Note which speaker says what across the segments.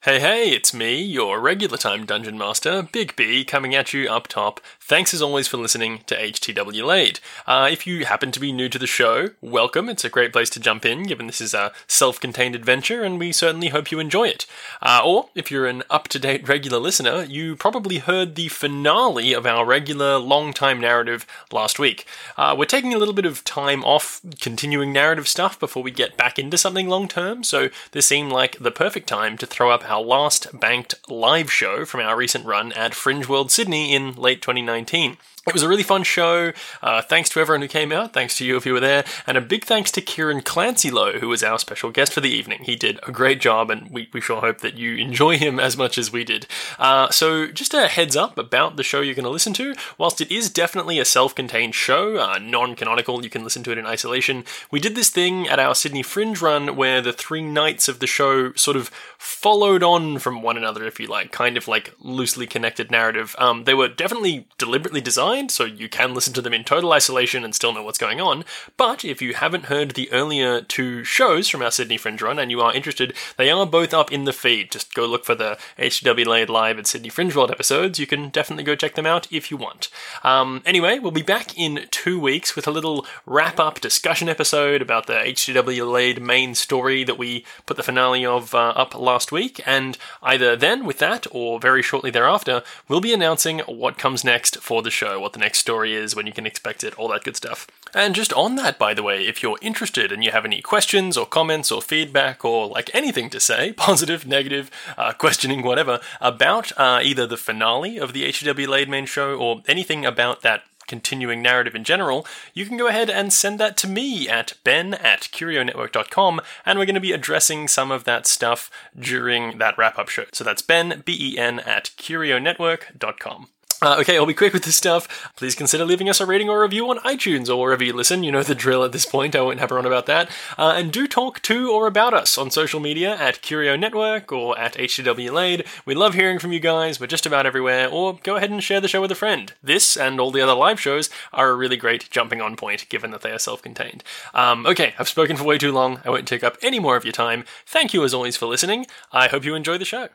Speaker 1: Hey, hey, it's me, your regular time dungeon master, Big B, coming at you up top. Thanks as always for listening to HTW Laid. Uh, if you happen to be new to the show, welcome. It's a great place to jump in, given this is a self contained adventure, and we certainly hope you enjoy it. Uh, or, if you're an up to date regular listener, you probably heard the finale of our regular long time narrative last week. Uh, we're taking a little bit of time off continuing narrative stuff before we get back into something long term, so this seemed like the perfect time to throw up our last banked live show from our recent run at Fringe World Sydney in late 2019. It was a really fun show. Uh, thanks to everyone who came out. Thanks to you if you were there. And a big thanks to Kieran Clancy Lowe, who was our special guest for the evening. He did a great job, and we, we sure hope that you enjoy him as much as we did. Uh, so, just a heads up about the show you're going to listen to. Whilst it is definitely a self contained show, uh, non canonical, you can listen to it in isolation, we did this thing at our Sydney Fringe run where the three nights of the show sort of followed on from one another, if you like, kind of like loosely connected narrative. Um, they were definitely deliberately designed so you can listen to them in total isolation and still know what's going on. But if you haven't heard the earlier two shows from our Sydney Fringe run and you are interested, they are both up in the feed. Just go look for the HW Laid Live at Sydney Fringe World episodes. You can definitely go check them out if you want. Um, anyway, we'll be back in two weeks with a little wrap up discussion episode about the HW Laid main story that we put the finale of uh, up last week. And either then with that or very shortly thereafter, we'll be announcing what comes next for the show what the next story is, when you can expect it, all that good stuff. And just on that, by the way, if you're interested and you have any questions or comments or feedback or like anything to say, positive, negative, uh, questioning, whatever, about uh, either the finale of the E HW Laid Main show or anything about that continuing narrative in general, you can go ahead and send that to me at ben at curionetwork.com, and we're going to be addressing some of that stuff during that wrap up show. So that's ben, B E N, at curionetwork.com. Uh, okay, I'll be quick with this stuff. Please consider leaving us a rating or review on iTunes or wherever you listen. You know the drill at this point. I won't have her on about that. Uh, and do talk to or about us on social media at Curio Network or at HTW Laid. We love hearing from you guys. We're just about everywhere. Or go ahead and share the show with a friend. This and all the other live shows are a really great jumping on point, given that they are self-contained. Um, okay, I've spoken for way too long. I won't take up any more of your time. Thank you as always for listening. I hope you enjoy the show.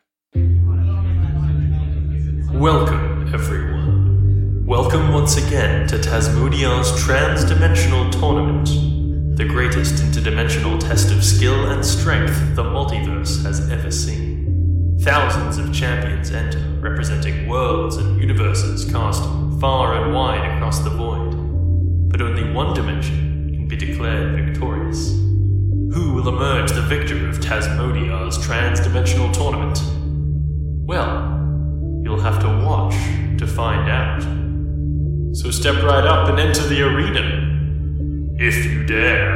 Speaker 1: Welcome, everyone. Welcome once again to Tasmodiar's Transdimensional Tournament, the greatest interdimensional test of skill and strength the multiverse has ever seen. Thousands of champions enter, representing worlds and universes cast far and wide across the void. But only one dimension can be declared victorious. Who will emerge the victor of Tasmodiar's Transdimensional Tournament? Well, You'll have to watch to find out. So step right up and enter the arena. If you dare.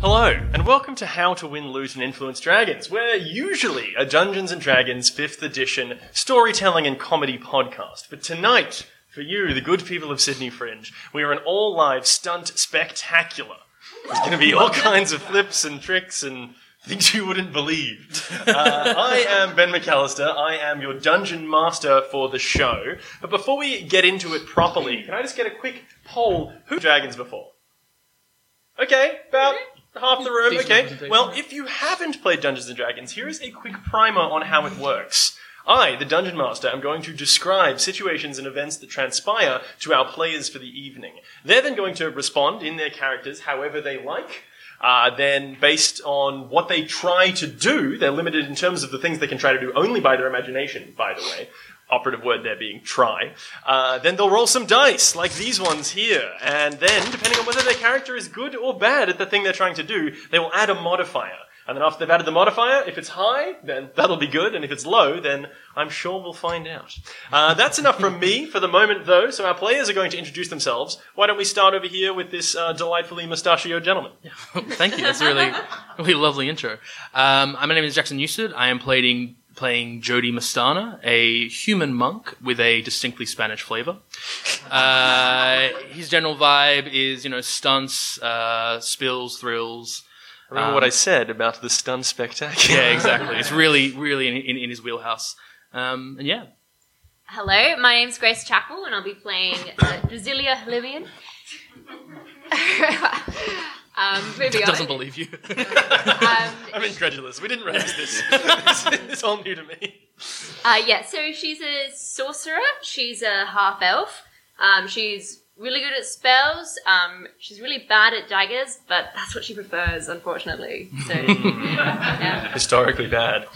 Speaker 1: Hello, and welcome to How to Win, Loot, and Influence Dragons, where usually a Dungeons and Dragons 5th edition storytelling and comedy podcast. But tonight, for you, the good people of Sydney Fringe, we are an all live stunt spectacular. There's going to be all kinds of flips and tricks and things you wouldn't believe. Uh, I am Ben McAllister. I am your dungeon master for the show. But before we get into it properly, can I just get a quick poll? Who dragons before? Okay, about half the room. Okay. Well, if you haven't played Dungeons and Dragons, here is a quick primer on how it works. I, the Dungeon Master, am going to describe situations and events that transpire to our players for the evening. They're then going to respond in their characters however they like. Uh, then, based on what they try to do, they're limited in terms of the things they can try to do only by their imagination, by the way. Operative word there being try. Uh, then they'll roll some dice, like these ones here. And then, depending on whether their character is good or bad at the thing they're trying to do, they will add a modifier. And then, after they've added the modifier, if it's high, then that'll be good. And if it's low, then I'm sure we'll find out. Uh, that's enough from me for the moment, though. So, our players are going to introduce themselves. Why don't we start over here with this uh, delightfully mustachioed gentleman?
Speaker 2: Thank you. That's a really, really lovely intro. Um, my name is Jackson Newsted. I am playing playing Jody Mastana, a human monk with a distinctly Spanish flavor. Uh, his general vibe is, you know, stunts, uh, spills, thrills.
Speaker 1: Remember what I said about the stun spectacular?
Speaker 2: Yeah, exactly. It's really, really in, in, in his wheelhouse. Um, and yeah,
Speaker 3: Hello, my name's Grace Chapel, and I'll be playing uh, Drasilia Halivian. um, moving
Speaker 2: doesn't
Speaker 3: on.
Speaker 2: believe you.
Speaker 3: Um,
Speaker 1: I'm incredulous. We didn't raise this. it's all new to me.
Speaker 3: Uh, yeah, so she's a sorcerer. She's a half elf. Um, she's really good at spells. Um, she's really bad at daggers, but that's what she prefers, unfortunately. So, yeah.
Speaker 1: Historically bad.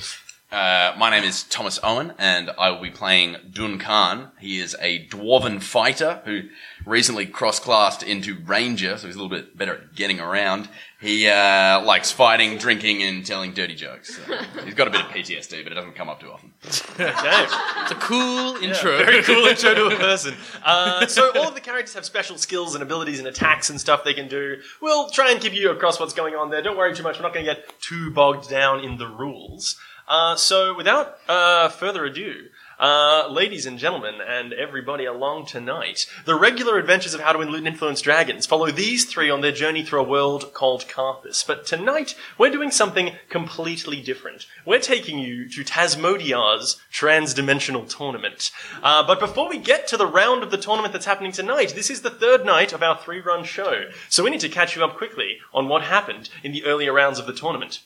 Speaker 4: Uh, my name is Thomas Owen, and I will be playing Dun Khan. He is a dwarven fighter who recently cross-classed into ranger, so he's a little bit better at getting around. He uh, likes fighting, drinking, and telling dirty jokes. So he's got a bit of PTSD, but it doesn't come up too often.
Speaker 1: Okay.
Speaker 2: it's a cool intro.
Speaker 1: Very cool intro to a person. Uh, so all of the characters have special skills and abilities and attacks and stuff they can do. We'll try and give you across what's going on there. Don't worry too much. We're not going to get too bogged down in the rules. Uh, so without uh, further ado. Uh, ladies and gentlemen, and everybody along tonight, the regular adventures of how to win loot and influence dragons follow these three on their journey through a world called Carthus. But tonight, we're doing something completely different. We're taking you to Tasmodiar's Transdimensional Tournament. Uh, but before we get to the round of the tournament that's happening tonight, this is the third night of our three run show. So we need to catch you up quickly on what happened in the earlier rounds of the tournament.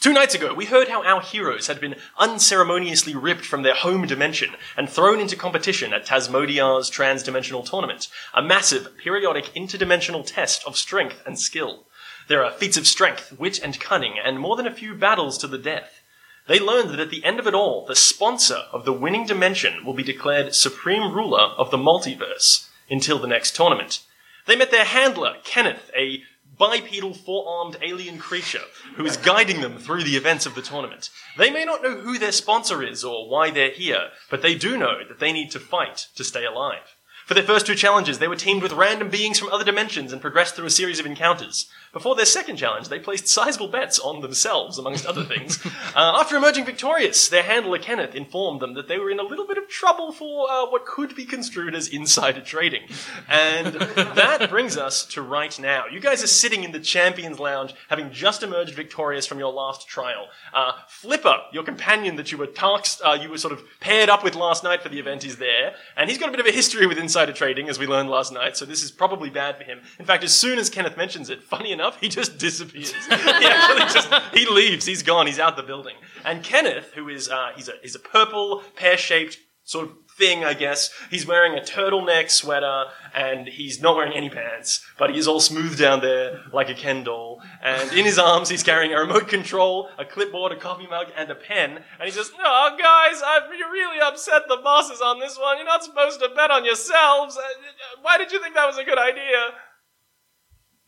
Speaker 1: Two nights ago, we heard how our heroes had been unceremoniously ripped from their home dimension and thrown into competition at Tasmodiar's Transdimensional Tournament, a massive, periodic, interdimensional test of strength and skill. There are feats of strength, wit, and cunning, and more than a few battles to the death. They learned that at the end of it all, the sponsor of the winning dimension will be declared supreme ruler of the multiverse until the next tournament. They met their handler, Kenneth, a bipedal four-armed alien creature who is guiding them through the events of the tournament. They may not know who their sponsor is or why they're here, but they do know that they need to fight to stay alive. For their first two challenges, they were teamed with random beings from other dimensions and progressed through a series of encounters. Before their second challenge, they placed sizable bets on themselves, amongst other things. Uh, after emerging victorious, their handler Kenneth informed them that they were in a little bit of trouble for uh, what could be construed as insider trading. And that brings us to right now. You guys are sitting in the Champions Lounge, having just emerged victorious from your last trial. Uh, Flipper, your companion that you were tasked, uh, you were sort of paired up with last night for the event, is there, and he's got a bit of a history with insider trading, as we learned last night. So this is probably bad for him. In fact, as soon as Kenneth mentions it, funny enough, he just disappears. he actually just he leaves. He's gone. He's out the building. And Kenneth, who is uh, he's a he's a purple pear shaped sort of thing, I guess. He's wearing a turtleneck sweater and he's not wearing any pants, but he is all smooth down there like a Ken doll. And in his arms, he's carrying a remote control, a clipboard, a coffee mug, and a pen. And he says, "Oh, guys, I've really upset the bosses on this one. You're not supposed to bet on yourselves. Uh, uh, Why did you think that was a good idea?"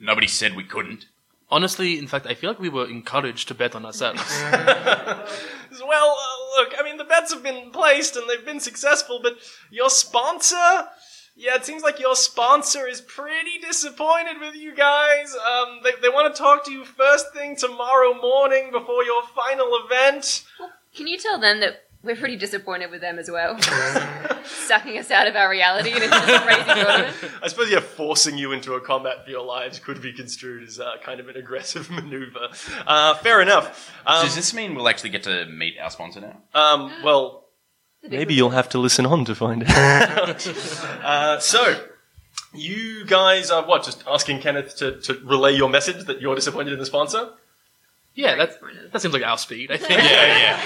Speaker 4: Nobody said we couldn't.
Speaker 2: Honestly, in fact, I feel like we were encouraged to bet on ourselves.
Speaker 1: Well, uh, look, I mean, the bets have been placed and they've been successful, but your sponsor? Yeah, it seems like your sponsor is pretty disappointed with you guys. Um, they, they want to talk to you first thing tomorrow morning before your final event.
Speaker 3: Can you tell them that we're pretty disappointed with them as well? Sucking us out of our reality and into this crazy tournament.
Speaker 1: I suppose, yeah, forcing you into a combat for your lives could be construed as uh, kind of an aggressive maneuver. Uh, fair enough. Um,
Speaker 4: Does this mean we'll actually get to meet our sponsor now?
Speaker 1: um, well,
Speaker 3: The big
Speaker 1: Maybe you'll have to listen on to find out. uh, so, you guys are what? Just asking Kenneth to, to relay your message that you're disappointed in the sponsor?
Speaker 2: yeah, that, that seems like our speed, I think.
Speaker 4: Yeah, yeah.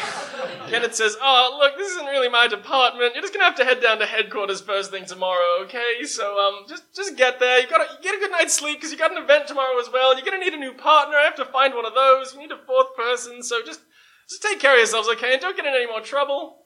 Speaker 1: Kenneth says, Oh, look, this isn't really my department. You're just going to have to head down to headquarters first thing tomorrow, okay? So, um, just, just get there. You gotta, you get a good night's sleep because you got an event tomorrow as well. You're going to need a new partner. I have to find one of those. You need a fourth person. So just, just take care of yourselves, okay? And don't get in any more trouble.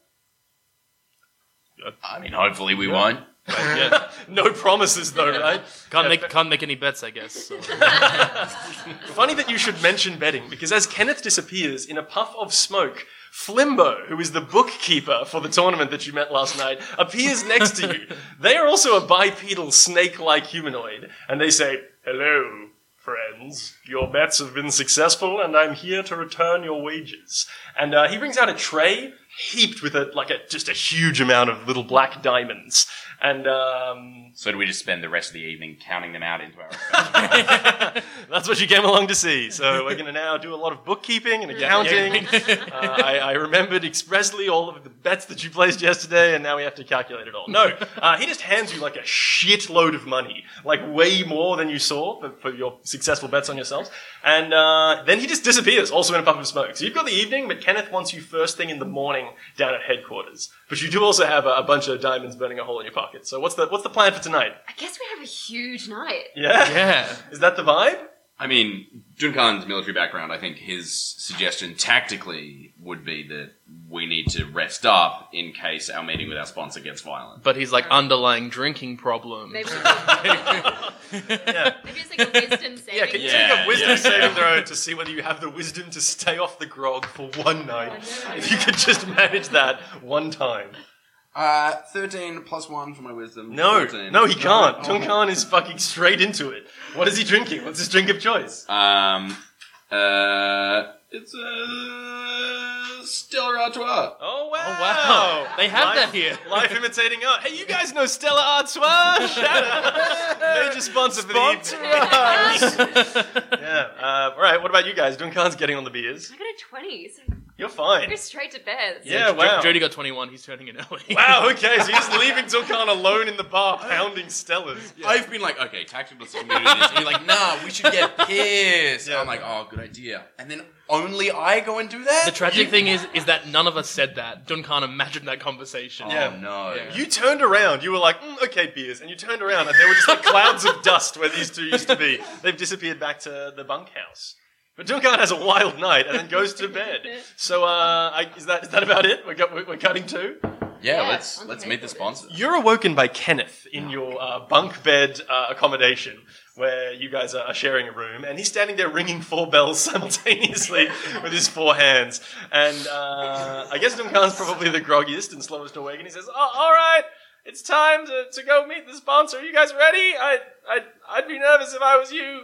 Speaker 4: I mean, hopefully we won't.
Speaker 1: Yeah. no promises though, right?
Speaker 2: Can't, make, can't make any bets, I guess. so.
Speaker 1: Funny that you should mention betting, because as Kenneth disappears in a puff of smoke, Flimbo, who is the bookkeeper for the tournament that you met last night, appears next to you. They are also a bipedal snake like humanoid, and they say, Hello, friends. Your bets have been successful, and I'm here to return your wages. And uh, he brings out a tray heaped with a like a just a huge amount of little black diamonds. And um,
Speaker 4: So do we just spend the rest of the evening counting them out into our
Speaker 1: that's what you came along to see. So we're going to now do a lot of bookkeeping and accounting. Uh, I, I remembered expressly all of the bets that you placed yesterday, and now we have to calculate it all. No, uh, he just hands you like a shitload of money, like way more than you saw for, for your successful bets on yourselves. And uh, then he just disappears, also in a puff of smoke. So you've got the evening, but Kenneth wants you first thing in the morning down at headquarters. But you do also have a, a bunch of diamonds burning a hole in your pocket. So what's the what's the plan for tonight?
Speaker 3: I guess we have a huge night.
Speaker 1: Yeah,
Speaker 2: Yeah.
Speaker 1: Is that the vibe?
Speaker 4: I mean, Duncan's military background, I think his suggestion tactically would be that we need to rest up in case our meeting with our sponsor gets violent.
Speaker 2: But he's like underlying drinking problem.
Speaker 3: Maybe, maybe
Speaker 1: Yeah.
Speaker 3: it's like a wisdom saving.
Speaker 1: Yeah, can you
Speaker 4: Yeah.
Speaker 1: take a wisdom
Speaker 4: yeah.
Speaker 1: saving throw to see whether you have the wisdom to stay off the grog for one night? If you could just manage that one time.
Speaker 4: Uh, 13 plus 1 for my wisdom.
Speaker 1: No,
Speaker 4: 14.
Speaker 1: no, he can't.
Speaker 4: Oh.
Speaker 1: Tung Khan is fucking straight into it. What is he drinking? What's his drink of choice?
Speaker 4: Um, uh, it's a Stella Artois.
Speaker 1: Oh wow!
Speaker 2: Oh, wow. They have
Speaker 1: life,
Speaker 2: that here.
Speaker 1: life imitating art. Hey, you guys know Stella Artois? Shout out. Major sponsor for the evening. Yeah. Uh, all right. What about you guys? Tung Khan's getting on the beers.
Speaker 3: I got a 20, so
Speaker 1: You're fine.
Speaker 3: go straight to bed.
Speaker 1: Yeah. Wow.
Speaker 2: Jody got 21. He's turning it early.
Speaker 1: Wow, okay, so he's leaving Zulkan alone in the bar pounding Stellas.
Speaker 4: I've been like, okay, tactical community. this. And you're like, nah, we should get pissed.
Speaker 1: Yeah.
Speaker 4: I'm like, oh, good idea. And then only I go and do that?
Speaker 2: The tragic thing is, is that none of us said that. Duncan imagined that conversation.
Speaker 4: Oh,
Speaker 1: Yeah.
Speaker 4: no.
Speaker 2: Yeah.
Speaker 1: You turned around, you were like, mm, okay, beers, and you turned around and there were just like clouds of dust where these two used to be. They've disappeared back to the bunkhouse. But Duncan has a wild night and then goes to bed. So, uh, I, is that is that about it? We're, cut- we're, we're cutting to?
Speaker 4: Yeah,
Speaker 3: Yeah,
Speaker 4: let's
Speaker 3: I'm
Speaker 4: let's
Speaker 3: okay
Speaker 4: meet the
Speaker 3: with it.
Speaker 4: sponsor.
Speaker 1: You're awoken by Kenneth in your uh, bunk bed uh, accommodation where you guys are are sharing a room, and he's standing there ringing four bells simultaneously with his four hands. And uh, I guess Duncan's probably the groggiest and slowest awake, and he says, oh, All right, it's time to, to go meet the sponsor. Are you guys ready? I, I, I'd be nervous if I was you.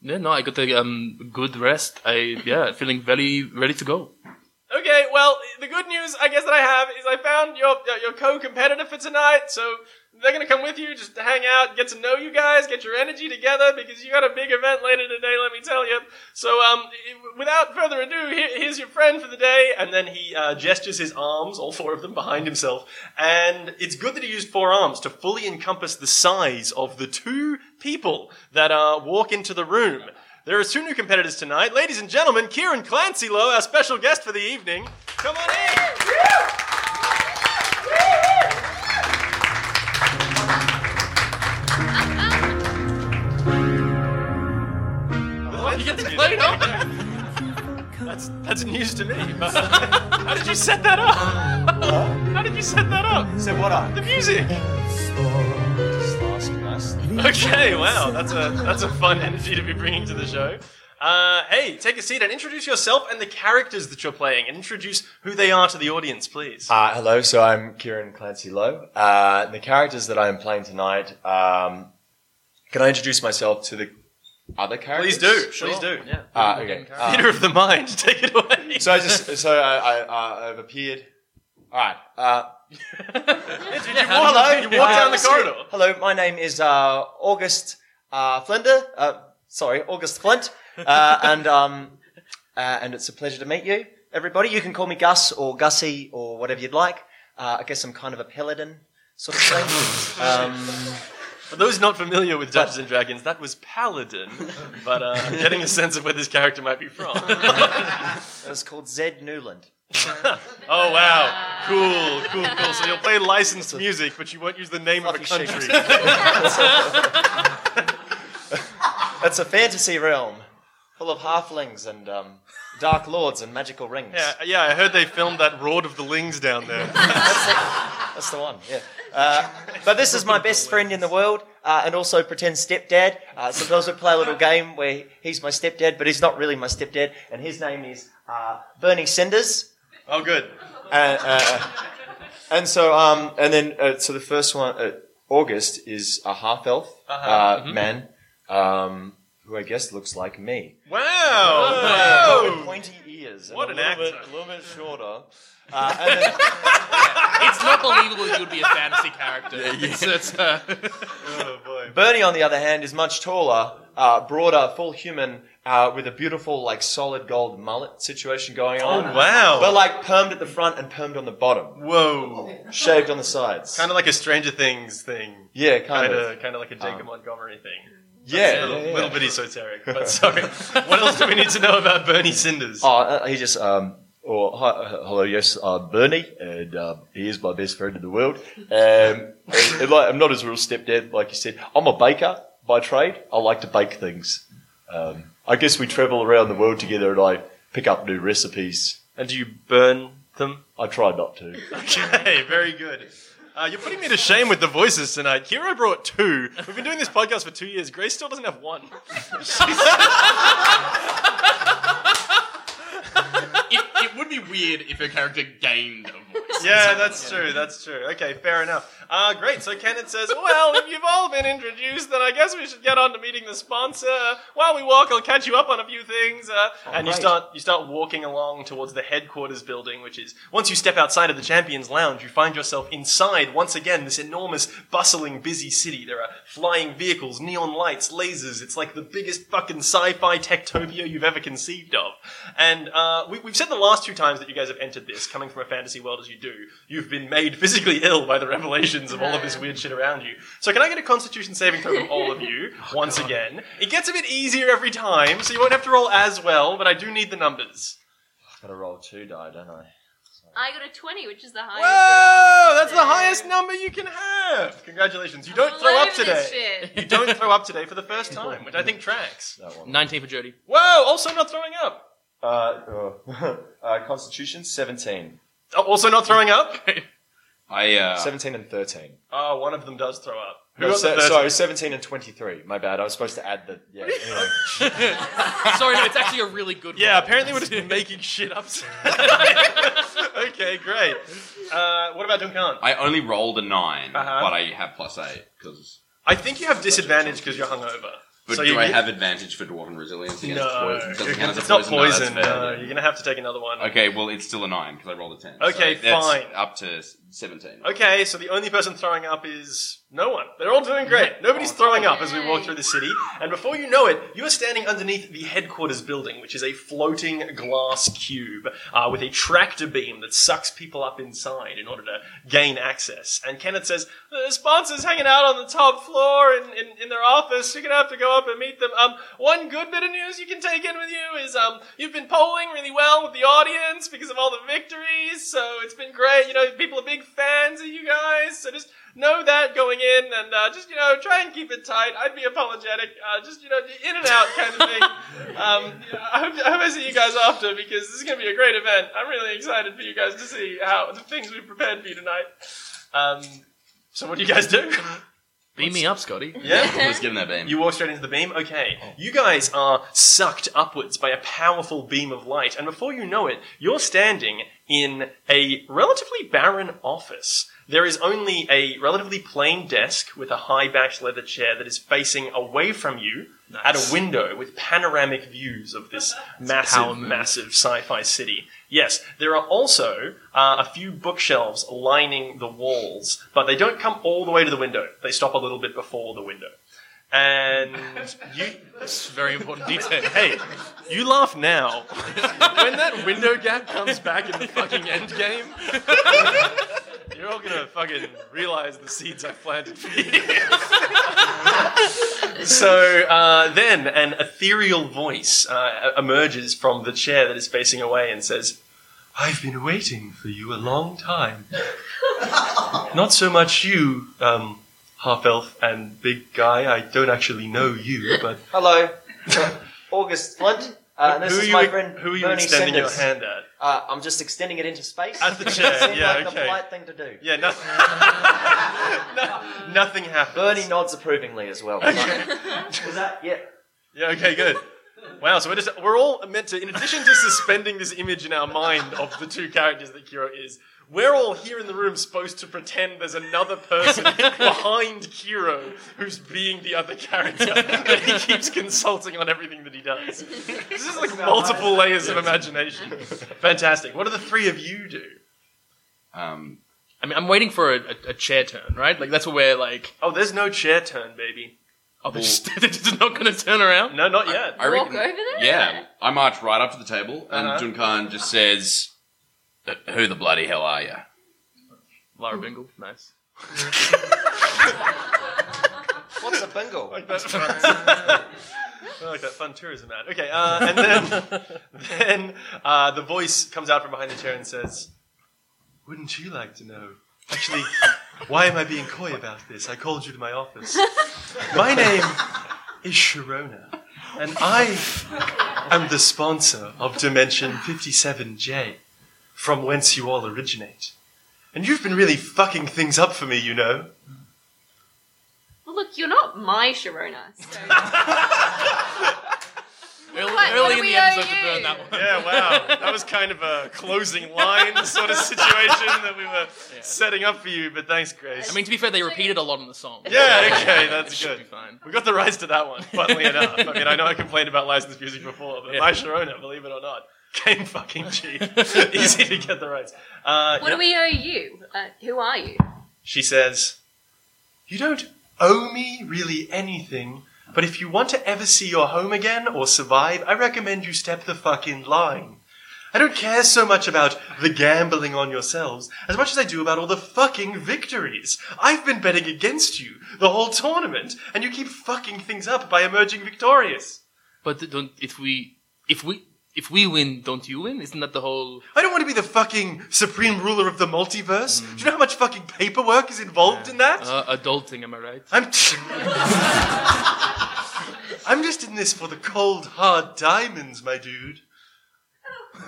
Speaker 2: Yeah, no, I got the um, good rest. I yeah, feeling very ready to go.
Speaker 1: Okay, well, the good news I guess that I have is I found your your co-competitor for tonight, so they're gonna come with you just to hang out, get to know you guys, get your energy together because you got a big event later today. Let me tell you. So, um, i- without further ado, here, here's your friend for the day, and then he uh, gestures his arms, all four of them, behind himself, and it's good that he used four arms to fully encompass the size of the two people that uh, walk into the room. There are two new competitors tonight. Ladies and gentlemen, Kieran Clancy Lowe, our special guest for the evening. Come on in. You get the plate That's, that's news to me. How did you set that up? How did you set that up?
Speaker 5: Said what up?
Speaker 1: The music.
Speaker 5: Uh,
Speaker 1: Okay, wow, that's a that's a fun energy to be bringing to the show. Uh, hey, take a seat and introduce yourself and the characters that you're playing, and introduce who they are to the audience, please.
Speaker 5: Uh, hello, so I'm Kieran Clancy Lowe. Uh, the characters that I'm playing tonight, um, can I introduce myself to the other characters?
Speaker 1: please do, please do.
Speaker 5: Uh, okay. Uh,
Speaker 1: Theater of the mind, take it away.
Speaker 5: so I just, so I, I, uh, I've appeared. All right. Uh,
Speaker 1: walk-
Speaker 5: hello.
Speaker 1: you walk down the
Speaker 5: so-
Speaker 1: corridor.
Speaker 5: Hello, my name is uh, August uh, Flinder. Uh, sorry, August Flint. Uh, and um, uh, and it's a pleasure to meet you, everybody. You can call me Gus or Gussie or whatever you'd like. Uh, I guess I'm kind of a paladin sort of thing. um,
Speaker 1: For those not familiar with Dungeons and Dragons, that was Paladin, but uh, I'm getting a sense of where this character might be from.
Speaker 5: it's called Zed Newland.
Speaker 1: Oh wow! Cool, cool, cool. So you'll play licensed music, but you won't use the name of a
Speaker 5: Fucking
Speaker 1: country.
Speaker 5: It's a fantasy realm full of halflings and um, dark lords and magical rings.
Speaker 1: Yeah, yeah. I heard they filmed that Road of the Lings down there.
Speaker 5: That's the one, yeah. Uh, but this is my best friend in the world, uh, and also pretend stepdad. Uh, sometimes we play a little game where he's my stepdad, but he's not really my stepdad, and his name is uh, Bernie Cinders.
Speaker 1: Oh, good.
Speaker 5: And, uh, and so, um, and then, uh, so
Speaker 1: Uh-huh,
Speaker 5: the
Speaker 1: mm-hmm.
Speaker 5: first one, uh, August is a half elf uh, man. Um, who I guess looks like me.
Speaker 1: Wow!
Speaker 5: With pointy ears. and
Speaker 1: What
Speaker 5: a
Speaker 1: an
Speaker 5: little
Speaker 1: actor.
Speaker 5: bit- A little bit shorter. Uh, and then-
Speaker 2: It's not believable you would be a fantasy character. It's, it's, uh,
Speaker 1: oh boy.
Speaker 5: Bernie, on the other hand, is much taller, uh, broader, full human, uh, with a beautiful, like, solid gold mullet situation going on.
Speaker 1: Oh, wow.
Speaker 5: But, like, permed at the front and permed on the bottom.
Speaker 1: Whoa.
Speaker 5: Shaved on the sides.
Speaker 1: Kind of like a Stranger Things thing.
Speaker 5: yeah, kind,
Speaker 1: Kind
Speaker 5: of.
Speaker 1: of, kind of like a Jacob
Speaker 5: Um,
Speaker 1: Montgomery thing.
Speaker 5: Yeah.
Speaker 1: little,
Speaker 5: yeah, yeah.
Speaker 1: little bit esoteric, but sorry. what else do we need to know about Bernie Cinders?
Speaker 5: Oh, uh, he just um. Or hi, uh, hello, yes, I'm Bernie, and um, he is my best friend in the world. Um, and- and like, I'm not his real stepdad, like you said. I'm a baker by trade. I like to bake things. Um, I guess we travel around the world together, and I pick up new recipes.
Speaker 1: And do you burn them?
Speaker 5: I try not to.
Speaker 1: Okay, very good. Uh, you're putting me to shame with the voices tonight. Kira brought two. We've been doing this podcast for two years. Grace still doesn't have one.
Speaker 4: it, it would be weird if her character gained a voice.
Speaker 1: Yeah, that's true. That's true. Okay, fair enough. Uh, great. So Kenneth says, "Well, if you've all been introduced, then I guess we should get on to meeting the sponsor. While we walk, I'll catch you up on a few things." Uh, and you
Speaker 5: right.
Speaker 1: start you start walking along towards the headquarters building, which is once you step outside of the Champions Lounge, you find yourself inside once again this enormous, bustling, busy city. There are flying vehicles, neon lights, lasers. It's like the biggest fucking sci-fi techtopia you've ever conceived of. And uh, we, we've said the last two times that you guys have entered this, coming from a fantasy world as you do, you've been made physically ill by the revelations of all of this weird shit around you. So can I get a Constitution saving throw from all of you
Speaker 3: Oh,
Speaker 1: once again? It gets a bit easier every time, so you won't have to roll as well. But I do need the numbers.
Speaker 5: Gotta roll two die, don't I?
Speaker 3: I got a 20, which is the highest.
Speaker 1: Whoa! That's the highest number you can have. Congratulations! You
Speaker 3: I'm
Speaker 1: don't
Speaker 3: all
Speaker 1: throw up
Speaker 3: over this
Speaker 1: today.
Speaker 3: shit.
Speaker 1: You don't throw up today for the first time, which I think tracks.
Speaker 5: That one.
Speaker 2: 19 for Jody.
Speaker 1: Whoa! Also not throwing up.
Speaker 5: Uh, uh, uh, Constitution seventeen.
Speaker 1: Oh, Also not throwing up.
Speaker 4: I, uh,
Speaker 5: Seventeen and thirteen.
Speaker 1: Oh, one of them does throw up. Who
Speaker 5: No,
Speaker 1: got the
Speaker 5: se-
Speaker 1: third
Speaker 5: sorry, seventeen and twenty-three. My bad. I was supposed to add the. Yeah. Anyway.
Speaker 2: Sorry, no, it's actually a really good
Speaker 1: Yeah,
Speaker 2: one.
Speaker 1: apparently we're just making shit up. okay, great. Uh, what about Duncan?
Speaker 4: I only rolled a 9
Speaker 1: Uh-huh.
Speaker 4: but I have plus eight because.
Speaker 1: I think you have disadvantage because you're hungover.
Speaker 4: But
Speaker 1: So
Speaker 4: do
Speaker 1: you-
Speaker 4: I have advantage for dwarven resilience against
Speaker 1: No,
Speaker 4: poison? Doesn't count as a
Speaker 1: it's not
Speaker 4: No, that's
Speaker 1: poison.
Speaker 4: fair.
Speaker 1: no, you're gonna have to take another one.
Speaker 4: Okay, well, it's still a nine because I rolled a ten.
Speaker 1: Okay,
Speaker 4: so that's
Speaker 1: fine.
Speaker 4: Up to s- seventeen.
Speaker 1: Okay, so the only person throwing up is no one. They're all doing great. Nobody's throwing up as we walk through the city. And before you know it, you are standing underneath the headquarters building, which is a floating glass cube uh, with a tractor beam that sucks people up inside in order to gain access. And Kenneth says, The sponsor's hanging out on the top floor in, in, in their office. You're going to have to go up and meet them. Um, one good bit of news you can take in with you is um, you've been polling really well with the audience because of all the victories. So it's been great. You know, people are big fans of you guys. So just know that going in and uh, just, you know, try and keep it tight. I'd be apologetic. Uh, just, you know, in and out kind of thing. um, you know, I, hope, I hope I see you guys after because this is going to be a great event. I'm really excited for you guys to see how the things we've prepared for you tonight. Um, so what do you guys do?
Speaker 2: Beam me up, Scotty.
Speaker 1: Yeah.
Speaker 4: Let's give them that beam.
Speaker 1: You walk straight into the beam? Okay. You guys are sucked upwards by a powerful beam of light, and before you know it, you're standing in a relatively barren office. There is only a relatively plain desk with a high backed leather chair that is facing away from you at a window with panoramic views of this
Speaker 2: power
Speaker 1: massive,
Speaker 2: move.
Speaker 1: massive sci fi city. Yes, there are also uh, a few bookshelves lining the walls, but they don't come all the way to the window. They stop a little bit before the window. And you,
Speaker 2: It's very important detail.
Speaker 1: hey, you laugh now. when that window gap comes back in the fucking end game, you're all gonna fucking realize the seeds I planted for you. so uh, then, an ethereal voice uh, emerges from the chair that is facing away and says, "I've been waiting for you a long time. Not so much you." Um, Half elf and big guy. I don't actually know you, but
Speaker 5: Hello, August Flint. Uh, and this
Speaker 1: who
Speaker 5: is
Speaker 1: are you,
Speaker 5: my friend
Speaker 1: who are you
Speaker 5: Bernie
Speaker 1: extending
Speaker 5: Sanders.
Speaker 1: your hand at?
Speaker 5: Uh, I'm just extending it into space.
Speaker 1: At the chair,
Speaker 5: Seemed
Speaker 1: yeah,
Speaker 5: like
Speaker 1: okay.
Speaker 5: the polite thing to do.
Speaker 1: Yeah, nothing. no, nothing happens.
Speaker 5: Bernie nods approvingly as well. was that? Yeah.
Speaker 1: Yeah. Okay. Good. Wow. So we're just we're all meant to, in addition to suspending this image in our mind of the two characters that Kira is, We're all here in the room supposed to pretend there's another person behind Kiro who's being the other character that he keeps consulting on everything that he does. This is like multiple layers of imagination. Fantastic. What do the three of you do?
Speaker 4: Um,
Speaker 2: I mean, I'm waiting for a, a, a chair turn, right? Like that's what we're like.
Speaker 1: Oh, there's no chair turn, baby.
Speaker 2: Oh, they're just, they're just not going to turn around.
Speaker 1: No, not yet.
Speaker 4: I
Speaker 3: Walk
Speaker 4: reckon,
Speaker 3: over there?
Speaker 4: Yeah, I march right up to the table, and
Speaker 1: Uh-huh.
Speaker 4: Duncan just says, "Who the bloody hell are you?"
Speaker 2: Lara Bingle, nice.
Speaker 5: What's a bingo?
Speaker 1: like that. I like that fun tourism ad. Okay, uh, and then then uh, the voice comes out from behind the chair and says, "Wouldn't you like to know? Actually, why am I being coy about this? I called you to my office. My name is Sharona, and I am the sponsor of Dimension 57J, from whence you all originate. And you've been really fucking things up for me, you know."
Speaker 3: Well, look, you're not my Sharona. So
Speaker 2: Early,
Speaker 3: What- what
Speaker 2: early
Speaker 3: do
Speaker 2: in
Speaker 3: we
Speaker 2: the episode
Speaker 3: owe
Speaker 2: to
Speaker 3: you?
Speaker 2: burn that one.
Speaker 1: Yeah, wow. That was kind of a closing line sort of situation that we were setting up for you, but thanks, Grace.
Speaker 2: I mean, to be fair, they repeated a lot in the song.
Speaker 1: yeah, okay, that's
Speaker 2: should
Speaker 1: good.
Speaker 2: be fine.
Speaker 1: We got the rights to that one, funnily enough. I mean, I know I complained about licensed music before, but my Sharona, believe it or not, came fucking cheap. Easy to get the rights. Uh,
Speaker 3: what
Speaker 1: yeah.
Speaker 3: do we owe you? Uh, who are you?
Speaker 1: She says, You don't owe me really anything, but if you want to ever see your home again or survive, I recommend you step the fuck in line. I don't care so much about the gambling on yourselves as much as I do about all the fucking victories. I've been betting against you the whole tournament, and you keep fucking things up by emerging victorious.
Speaker 2: But th- don't if we if we if we win, don't you win? Isn't that the whole?
Speaker 1: I don't want to be the fucking supreme ruler of the multiverse. Do you know how much fucking paperwork is involved in that?
Speaker 2: Uh, adulting, am I right?
Speaker 1: I'm. T- I'm just in this for the cold, hard diamonds, my dude.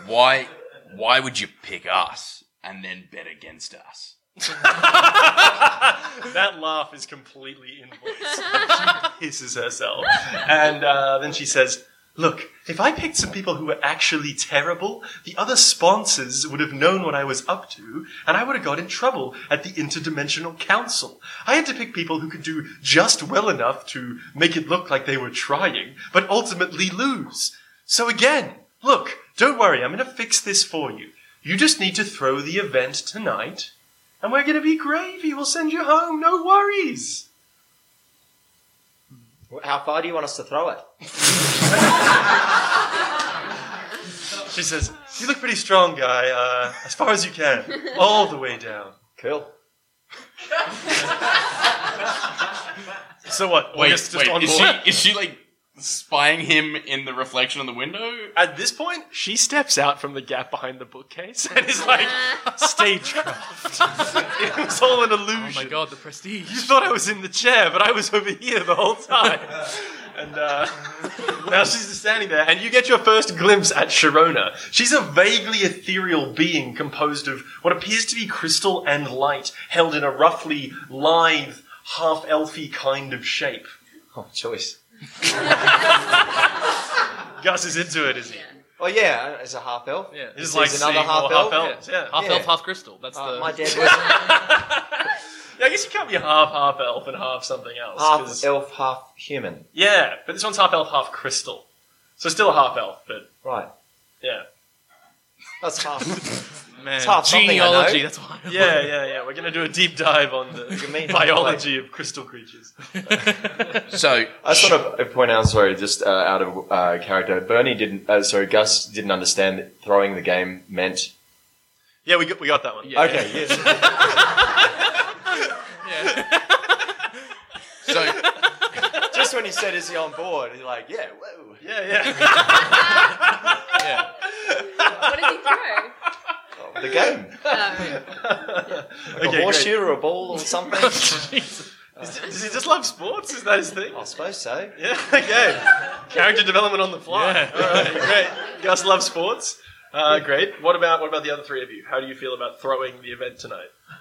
Speaker 4: Why? Why would you pick us and then bet against us?
Speaker 1: That laugh is completely in voice. she pisses herself. And uh, then she says, Look, if I picked some people who were actually terrible, the other sponsors would have known what I was up to, and I would have got in trouble at the Interdimensional Council. I had to pick people who could do just well enough to make it look like they were trying, but ultimately lose. So again, look, don't worry, I'm going to fix this for you. You just need to throw the event tonight, and we're going to be gravy. We'll send you home, no worries.
Speaker 5: How far do you want us to throw it?
Speaker 1: She says, "You look pretty strong, guy. Uh, as far as you can, all the way down."
Speaker 5: Cool.
Speaker 1: So what?
Speaker 4: Wait,
Speaker 1: August
Speaker 4: wait,
Speaker 1: just on
Speaker 4: is
Speaker 1: board?
Speaker 4: she is she like spying him in the reflection on the window?
Speaker 1: At this point, she steps out from the gap behind the bookcase and is like,
Speaker 3: Uh,
Speaker 1: "Stagecraft. it was all an
Speaker 2: Oh my
Speaker 1: illusion.
Speaker 2: god, the prestige.
Speaker 1: You thought I was in the chair, but I was over here the whole time." And uh, now she's just standing there, and you get your first glimpse at Sharona. She's a vaguely ethereal being composed of what appears to be crystal and light, held in a roughly lithe, half elfy kind of shape.
Speaker 5: Oh, choice.
Speaker 1: Gus is into it, is he?
Speaker 5: Oh yeah, it's a half elf.
Speaker 2: Yeah.
Speaker 1: He's
Speaker 5: like another
Speaker 1: seeing more
Speaker 5: half-elf?
Speaker 1: half-elves, Yeah.
Speaker 2: Half elf,
Speaker 5: Yeah.
Speaker 2: half crystal. That's
Speaker 5: Uh,
Speaker 2: the.
Speaker 5: my dad was
Speaker 1: Yeah, I guess you can't be half half elf and half something else. 'cause-
Speaker 5: half elf, half human.
Speaker 1: Yeah, but this one's half elf, half crystal. So still a half elf, but
Speaker 5: Right.
Speaker 1: yeah,
Speaker 5: That's half.
Speaker 2: man,
Speaker 5: half something, I
Speaker 2: genealogy.
Speaker 5: know.
Speaker 2: That's why.
Speaker 1: yeah, yeah, yeah. We're gonna do a deep dive on
Speaker 5: You
Speaker 1: the
Speaker 5: mean-
Speaker 1: biology of crystal creatures.
Speaker 4: So
Speaker 5: I just want to point out, sorry, just uh, out of uh, character. Bernie didn't, uh, sorry, Gus didn't understand that throwing the game meant.
Speaker 1: Yeah, we got, we got that one.
Speaker 2: Yeah.
Speaker 5: Okay, yes.
Speaker 4: so
Speaker 5: just when he said, "Is he on board?" He's like, "Yeah, whoa."
Speaker 1: yeah, yeah.
Speaker 2: yeah.
Speaker 3: What does he throw?
Speaker 5: The game,
Speaker 3: Um,
Speaker 5: like
Speaker 1: Okay,
Speaker 5: a
Speaker 1: great.
Speaker 5: horseshoe or a ball or something.
Speaker 2: Jesus.
Speaker 1: Does he just love sports? Is that his thing?
Speaker 5: I suppose so.
Speaker 1: Yeah. Okay. Character development on the fly. All right. Great. Gus loves sports. Uh, great. What about what about the other three of you? How do you feel about throwing the event tonight?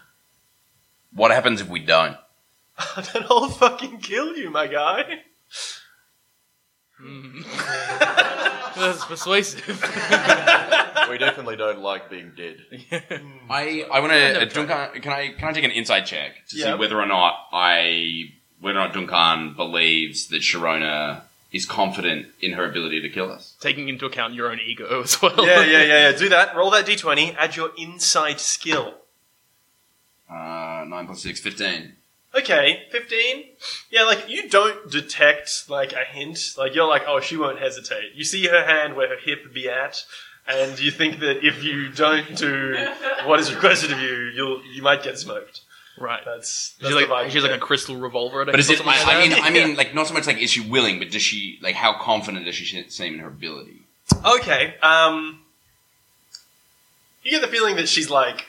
Speaker 4: what happens if we don't?
Speaker 1: then I'll fucking kill you, my guy.
Speaker 2: Mm. That's persuasive.
Speaker 6: we definitely don't like being dead.
Speaker 4: I, I want to Duncan. Can I can I take an inside check to
Speaker 1: Yeah.
Speaker 4: see whether or not I whether or not Duncan believes that Sharona is confident in her ability to kill us?
Speaker 2: Taking into account your own ego as well.
Speaker 1: yeah, yeah, yeah, yeah. Do that. Roll that d20. Add your insight skill.
Speaker 4: Uh, nine plus six, 15.
Speaker 1: Okay, 15. Yeah, like, you don't detect, like, a hint. Like, you're like, oh, she won't hesitate. You see her hand where her hip be at, and you think that if you don't do what is requested of you, you'll, you might get smoked.
Speaker 2: Right.
Speaker 1: That's, that's
Speaker 2: She's
Speaker 1: the vibe
Speaker 2: like, she's
Speaker 1: you
Speaker 2: like a
Speaker 1: get.
Speaker 2: crystal revolver. at
Speaker 4: But is
Speaker 2: or
Speaker 4: it?
Speaker 2: something like
Speaker 4: I, I mean,
Speaker 2: that.
Speaker 4: I mean, like not so much like is she willing, but does she like how confident does she seem in her ability?
Speaker 1: Okay, um... You get the feeling that she's like...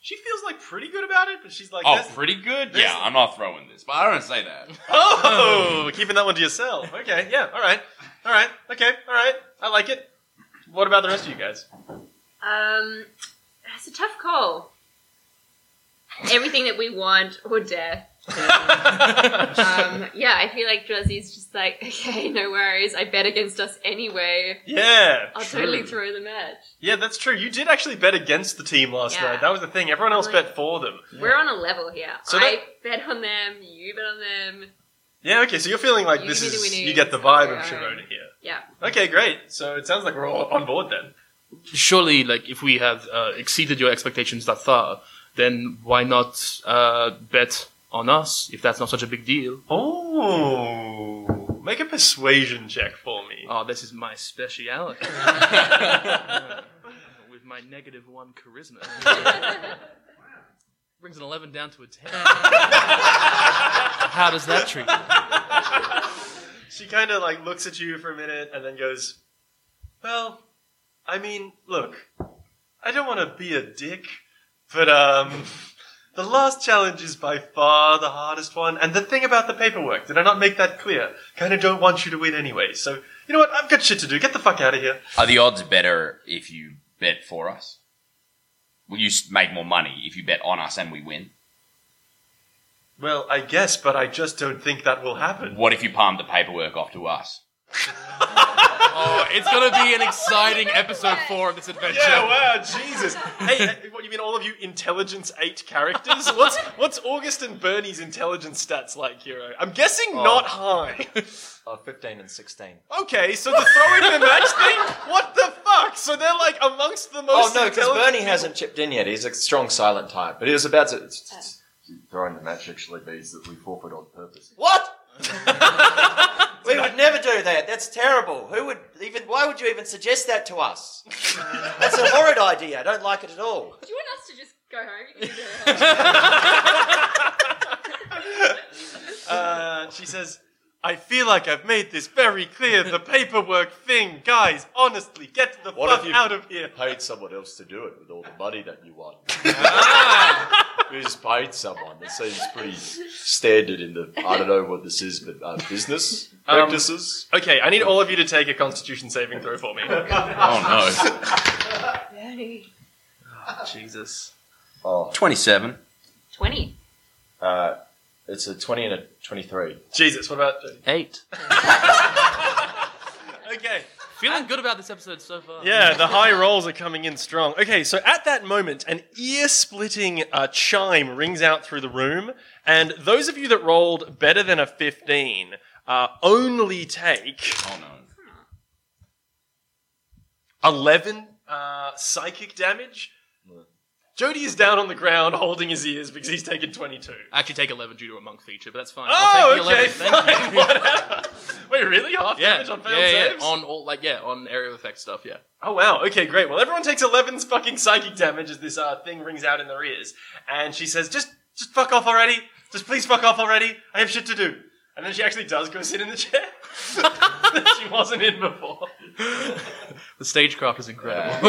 Speaker 1: She feels, like, pretty good about it, but she's like...
Speaker 4: Oh,
Speaker 1: that's-
Speaker 4: pretty good.
Speaker 1: this-
Speaker 4: Yeah, I'm not throwing this, but I don't say that.
Speaker 1: Oh, keeping that one to yourself. Okay, yeah, all right, all right, okay, all right. I like it. What about the rest of you guys?
Speaker 3: Um, it's a tough call. Everything that we want or dare. um, yeah, I feel like Drazzy's just like, okay, no worries. I bet against us anyway.
Speaker 1: Yeah,
Speaker 3: I'll
Speaker 1: true.
Speaker 3: totally throw the match.
Speaker 1: Yeah, that's true. You did actually bet against the team last
Speaker 3: Yeah.
Speaker 1: night. That was the thing. Everyone else
Speaker 3: Like-
Speaker 1: bet for them.
Speaker 3: We're on a level here.
Speaker 1: So
Speaker 3: I bet on them. You bet on them.
Speaker 1: Yeah, okay, so you're feeling like
Speaker 3: You
Speaker 1: this
Speaker 3: be the
Speaker 1: is.
Speaker 3: winner.
Speaker 1: You get the vibe of
Speaker 3: Yeah.
Speaker 1: Sharona here.
Speaker 3: Yeah.
Speaker 1: Okay, great. So it sounds like we're all on board then.
Speaker 2: surely, like, if we have uh, exceeded your expectations that far, then why not uh, bet on us if that's not such a big deal?
Speaker 1: Oh. Make a persuasion check for me.
Speaker 2: Oh, this is my speciality. With my negative one charisma. Brings an 11 down to a 10. How does that treat you?
Speaker 1: She kind of like looks at you for a minute and then goes, "Well, I mean, look, I don't want to be a dick, but um, the last challenge is by far the hardest one. And the thing about the paperwork, did I not make that clear? Kind of don't want you to win anyway. So you know what? I've got shit to do. Get the fuck out of here.
Speaker 4: Are the odds better if you bet for us? Will you s- make more money if you bet on us and we win?
Speaker 1: Well, I guess, but I just don't think that will happen.
Speaker 4: What if you palm the paperwork off to us?
Speaker 2: Oh, it's going to be an exciting episode four of this adventure.
Speaker 1: wow, Jesus! hey, hey, what you mean? All of you intelligence eight characters? What's what's August and Bernie's intelligence stats like, Hero? I'm guessing not high.
Speaker 5: Uh, 15 and 16.
Speaker 1: Okay, so the throw in the match thing? What the fuck? So they're like amongst the
Speaker 5: Oh,
Speaker 1: most.
Speaker 5: no, because
Speaker 1: intelligent
Speaker 5: Bernie
Speaker 1: people.
Speaker 5: hasn't chipped in yet. He's a strong silent type, but he was about to.
Speaker 6: Throwing the match actually means that we forfeit on purpose.
Speaker 5: What? we would never do that. That's terrible. Who would even? Why would you even suggest that to us? That's a horrid idea. I don't like it at all.
Speaker 3: Do you want us to just go home? You can go home.
Speaker 1: Uh, she says, I feel like I've made this very clear. The paperwork thing, guys. Honestly, get the
Speaker 6: What if
Speaker 1: fuck
Speaker 6: you-
Speaker 1: out of here.
Speaker 6: Paid someone else to do it with all the money that you won.
Speaker 5: Ah.
Speaker 6: you just paid someone. That seems pretty standard in the I don't know what this is, but uh, business
Speaker 5: Um,
Speaker 6: practices.
Speaker 1: Okay, I need all of you to take a Constitution saving throw for me.
Speaker 4: Oh no.
Speaker 3: Bernie.
Speaker 2: Jesus.
Speaker 6: oh,
Speaker 4: 27.
Speaker 3: 20.
Speaker 6: uh, it's a twenty and a twenty-three.
Speaker 1: Jesus, what about?
Speaker 2: Eight.
Speaker 1: Okay.
Speaker 2: Feeling good about this episode so far.
Speaker 1: Yeah, the high rolls are coming in strong. Okay, so at that moment, an ear splitting uh, chime rings out through the room, and those of you that rolled better than a 15 uh, only take
Speaker 4: Oh no.
Speaker 1: 11 uh, psychic damage. Jody is down on the ground holding his ears because he's taken 22.
Speaker 2: I actually take 11 due to a monk feature, but that's fine. I'll
Speaker 1: Oh,
Speaker 2: take the
Speaker 1: okay,
Speaker 2: 11. Thank
Speaker 1: fine,
Speaker 2: you.
Speaker 1: whatever. Wait, really? Half
Speaker 2: Yeah,
Speaker 1: damage on failed
Speaker 2: yeah, yeah,
Speaker 1: saves?
Speaker 2: on all like yeah, on area effect stuff. Yeah,
Speaker 1: Oh wow, okay, great. Well, everyone takes 11's fucking psychic damage as this uh, thing rings out in their ears. And she says, just, just fuck off already. Just please fuck off already. I have shit to do. And then she actually does go sit in the chair that she wasn't in before.
Speaker 2: the stagecraft is incredible.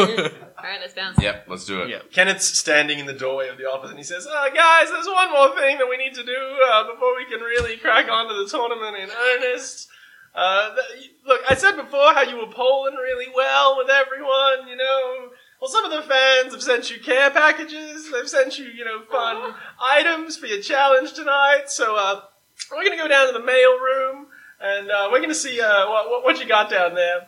Speaker 3: Alright, let's bounce.
Speaker 4: Yep, let's do it.
Speaker 2: Yeah.
Speaker 1: Kenneth's standing in the doorway of the office and he says, oh, guys, there's one more thing that we need to do uh, before we can really crack onto the tournament in earnest. Uh, th- look, I said before how you were polling really well with everyone, you know. Well, some of the fans have sent you care packages. They've sent you, you know, fun items for your challenge tonight. So uh, we're going to go down to the mail room and uh, we're going to see uh, what, what you got down there.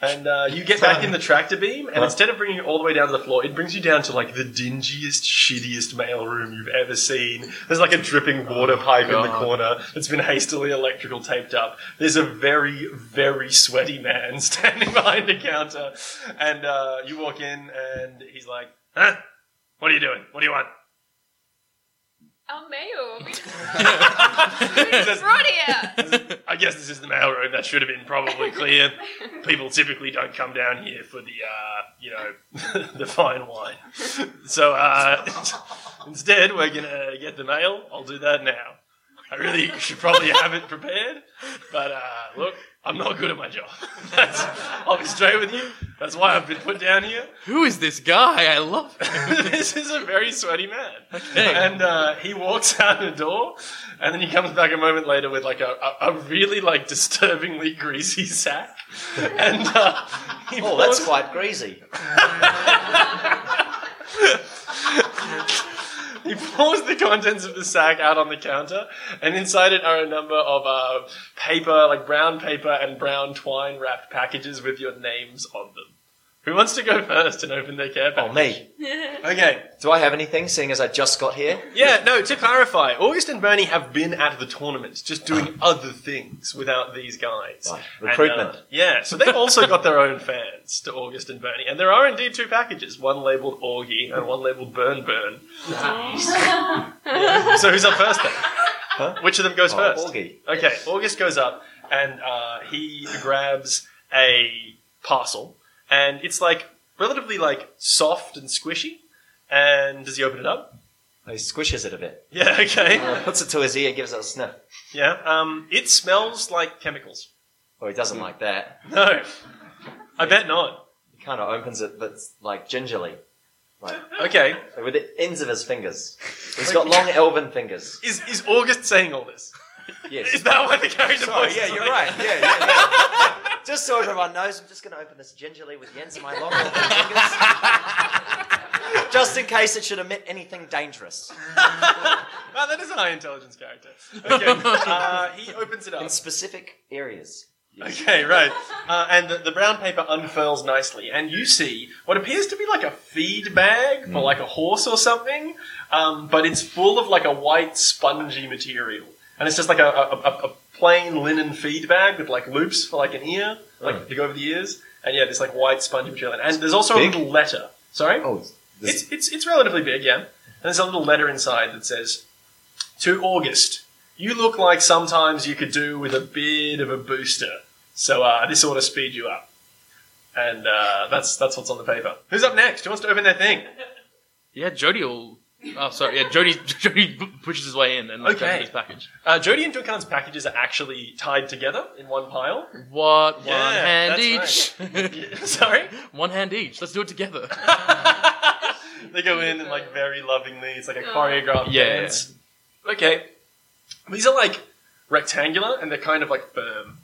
Speaker 1: And uh, you get back in the tractor beam, and instead of bringing you all the way down to the floor, it brings you down to like the dingiest, shittiest mailroom you've ever seen. There's like a dripping water pipe in the corner that's been hastily electrical taped up. There's a very, very sweaty man standing behind a counter, and uh, you walk in, and he's like, "Huh? What are you doing? What do you want?"
Speaker 3: Our mail. We just, we just brought here.
Speaker 1: I guess this is the mailroom. That should have been probably clear. People typically don't come down here for the, uh, you know, the fine wine. So uh, instead, we're gonna get the mail. I'll do that now. I really should probably have it prepared, but uh, look, I'm not good at my job. That's, I'll be straight with you. That's why I've been put down here
Speaker 2: Who is this guy? I love him.
Speaker 1: this is a very sweaty man. And uh, he walks out the door, and then he comes back a moment later with like a, a, a really like disturbingly greasy sack. And uh, he
Speaker 5: Oh,
Speaker 1: pours-
Speaker 5: that's quite greasy.
Speaker 1: He pours the contents of the sack out on the counter, and inside it are a number of uh, paper, like brown paper and brown twine wrapped packages with your names on them. Who wants to go first and open their care
Speaker 5: Oh,
Speaker 1: package?
Speaker 5: me.
Speaker 1: Okay.
Speaker 5: Do I have anything, seeing as I just got here?
Speaker 1: Yeah, no, to clarify, August and Bernie have been at the tournament, just doing other things without these guys.
Speaker 6: Ah. Right.
Speaker 1: And,
Speaker 6: Recruitment.
Speaker 1: uh, yeah, so they've also got their own fans to August and Bernie. And there are indeed two packages one labelled Augie and one labelled Burn Burn. Yeah, So who's up first then? Which of them
Speaker 5: Oh,
Speaker 6: Oh,
Speaker 1: goes first?
Speaker 5: Augie.
Speaker 1: Okay, August goes up and uh, he grabs a parcel, and it's like relatively like soft and squishy. And does he open it up?
Speaker 5: He squishes it a bit.
Speaker 1: Yeah, okay.
Speaker 5: Puts it to his ear, gives it a sniff.
Speaker 1: Yeah. Um, it smells like chemicals.
Speaker 5: Oh, he doesn't like that.
Speaker 1: No. I bet not.
Speaker 5: He kind of opens it, but like gingerly. Like,
Speaker 1: Okay.
Speaker 5: with the ends of his fingers. He's got long elven fingers.
Speaker 1: Is is August saying all this? Is
Speaker 5: Yes.
Speaker 1: that why the character voice is like-
Speaker 5: Yeah, yeah, yeah. just so everyone knows, I'm just going to open this gingerly with the ends of my long elven fingers. just in case it should emit anything dangerous
Speaker 1: Wow, that is a high intelligence character. Okay. uh, he opens it
Speaker 5: in
Speaker 1: up.
Speaker 5: specific areas.
Speaker 1: Okay, right. Uh, and the, the brown paper unfurls nicely, and you see what appears to be like a feed bag for like a horse or something, um, but it's full of like a white spongy material. And it's just like a, a, a, a plain linen feed bag with like loops for like an ear, like to go over the ears. And yeah, this like white spongy material. And there's also
Speaker 6: Big?
Speaker 1: a little letter. Sorry?
Speaker 6: Oh, this,
Speaker 1: It's, it's, it's relatively big, yeah. And there's a little letter inside that says, To August, you look like sometimes you could do with a bit of a booster. So uh, this ought to speed you up. And uh, that's that's what's on the paper. Who's up next? Who wants to open their thing?
Speaker 2: Yeah, Jody will. Oh, sorry. Yeah, Jody. Jody pushes his way in and looks
Speaker 1: Okay.
Speaker 2: at his package.
Speaker 1: Uh, Jody and Duncan's packages are actually tied together in one pile.
Speaker 2: What?
Speaker 1: Yeah,
Speaker 2: one hand
Speaker 1: that's
Speaker 2: each.
Speaker 1: Sorry?
Speaker 2: one hand each. Let's do it together.
Speaker 1: they go in and like very lovingly. It's like a choreographed
Speaker 2: Yeah.
Speaker 1: dance. Okay. These are like rectangular and they're kind of like firm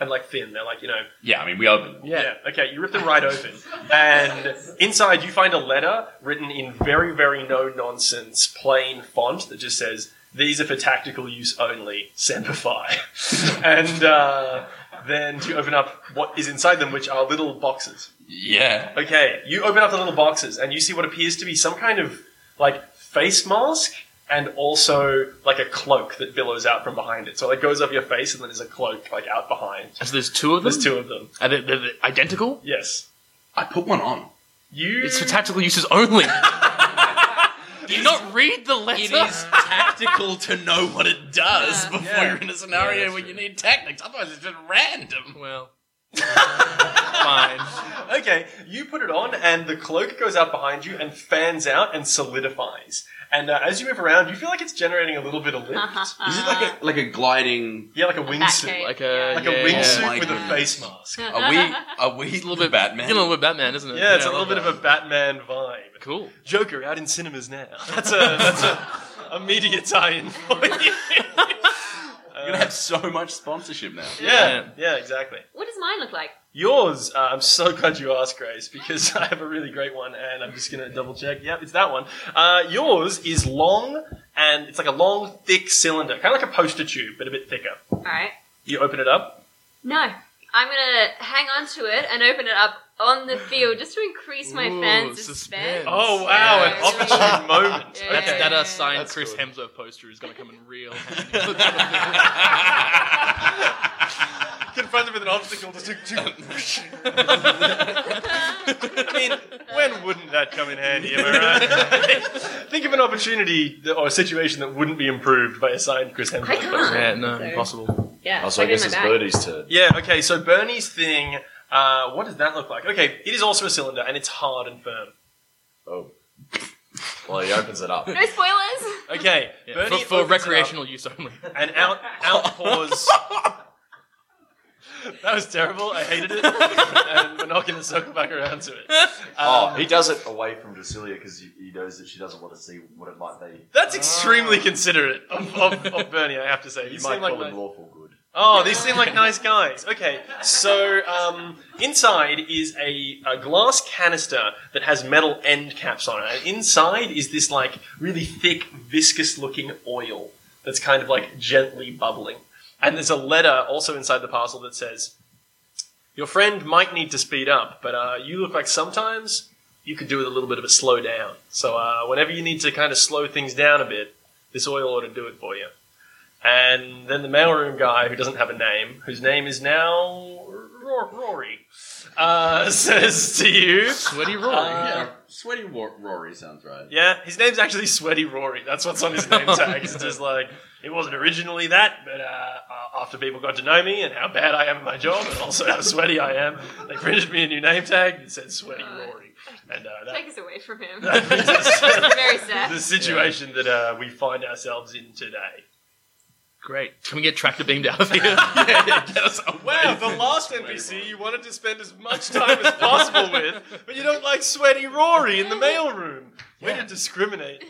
Speaker 1: and like thin. They're like you know
Speaker 4: Yeah, I mean, we opened.
Speaker 1: Yeah. Okay, you rip them right open, and inside you find a letter written in very, very no nonsense, plain font that just says, "These are for tactical use only. Semper Fi." and uh, then you open up what is inside them, which are little boxes.
Speaker 4: Yeah.
Speaker 1: Okay, you open up the little boxes, and you see what appears to be some kind of like face mask. And also, like a cloak that billows out from behind it. So it goes over your face, and then there's a cloak like out behind.
Speaker 2: So there's two of them.
Speaker 1: There's two of them.
Speaker 2: Are they, they're they're identical?
Speaker 1: Yes,
Speaker 4: I put one on.
Speaker 1: you.
Speaker 2: It's for tactical uses only. Do you not read the letter?
Speaker 4: It is tactical to know what it does before
Speaker 1: Yeah.
Speaker 4: you're in a scenario where you need tactics. Otherwise, it's just random.
Speaker 2: Well. Fine.
Speaker 1: Okay, you put it on, and the cloak goes out behind you and fans out and solidifies. And uh, as you move around, you feel like it's generating a little bit of lift.
Speaker 3: Uh-huh.
Speaker 4: Is it like a like a gliding?
Speaker 1: yeah, like a wingsuit.
Speaker 3: Batcave.
Speaker 2: Like a
Speaker 1: Like
Speaker 2: yeah,
Speaker 1: a
Speaker 2: yeah.
Speaker 1: wingsuit
Speaker 4: yeah.
Speaker 1: with a face mask. Yeah,
Speaker 4: Are we? Are we
Speaker 2: A little bit It's a little bit Batman, isn't it?
Speaker 1: it's a little bit of a Batman vibe.
Speaker 2: cool.
Speaker 1: Joker out in cinemas now. That's a that's a, a media tie-in for you.
Speaker 4: You're gonna have so much sponsorship now.
Speaker 1: yeah, yeah, exactly.
Speaker 3: What does mine look like?
Speaker 1: Yours, uh, I'm so glad you asked, Grace, because I have a really great one, and I'm just going to double check. Yep, it's that one. Uh, yours is long, and it's like a long, thick cylinder, kind of like a poster tube, but a bit thicker.
Speaker 3: All right.
Speaker 1: You open it up.
Speaker 3: No. I'm gonna hang on to it and open it up on the field just to increase my
Speaker 2: Ooh,
Speaker 3: fans'
Speaker 2: suspense.
Speaker 3: suspense.
Speaker 1: Oh wow,
Speaker 3: Yeah.
Speaker 1: an opportune moment.
Speaker 3: Yeah.
Speaker 2: That's,
Speaker 1: Okay.
Speaker 2: that uh, signed Chris
Speaker 6: good.
Speaker 2: Hemsworth poster is going to come in real
Speaker 1: Confronted with an obstacle, just to, I mean, when wouldn't that come in handy? Am I right? Think of an opportunity that- or a situation that wouldn't be improved by a signed Chris Hemsworth.
Speaker 3: I can't.
Speaker 2: yeah, no,
Speaker 3: So,
Speaker 2: impossible.
Speaker 3: Yeah.
Speaker 6: Also, I
Speaker 3: put it in
Speaker 6: guess
Speaker 3: my
Speaker 6: it's
Speaker 3: bag.
Speaker 6: Birdie's turn.
Speaker 1: Yeah. Okay. So Bernie's thing. Uh, what does that look like? Okay, it is also a cylinder, and it's hard and firm.
Speaker 6: Oh. Well, he opens it up.
Speaker 3: No spoilers.
Speaker 1: Okay,
Speaker 2: For,
Speaker 1: Bernie
Speaker 2: for
Speaker 1: opens it up,
Speaker 2: recreational use only.
Speaker 1: and out outpours. that was terrible. I hated it, and we're not going to circle back around to it.
Speaker 5: Uh,
Speaker 6: Oh, he does it away from Drusilla because he, he knows that she doesn't want to see what it might be.
Speaker 1: That's extremely considerate of, of, of Bernie, I have to say.
Speaker 6: You
Speaker 1: These
Speaker 6: might
Speaker 1: seem like
Speaker 6: call him
Speaker 1: ni-
Speaker 6: lawful good.
Speaker 1: oh, these seem like nice guys. Okay, so um, inside is a, a glass canister that has metal end caps on it. And inside is this like really thick, viscous-looking oil that's kind of like gently bubbling. And there's a letter also inside the parcel that says, "Your friend might need to speed up, but uh, you look like sometimes." You could do with a little bit of a slow down. So, uh, whenever you need to kind of slow things down a bit, this oil ought to do it for you. And then the mailroom guy, who doesn't have a name, whose name is now R- Rory, uh, says to you.
Speaker 2: Sweaty Rory.
Speaker 1: Uh,
Speaker 4: Yeah, sweaty Wa- Rory sounds right.
Speaker 1: Yeah, his name's actually Sweaty Rory. That's what's on his name tag. It's just like, it wasn't originally that, but uh, uh, after people got to know me and how bad I am at my job and also how sweaty I am, they printed me a new name tag that said Sweaty Rory. And uh, that,
Speaker 3: Take us away from him.
Speaker 1: that brings us to
Speaker 3: Very sad.
Speaker 1: the situation that uh, we find ourselves in today.
Speaker 2: Great. Can we get tractor beamed out of here?
Speaker 1: Wow, the last NPC you wanted to spend as much time as possible with, but you don't like sweaty Rory in the mailroom. Way to discriminate.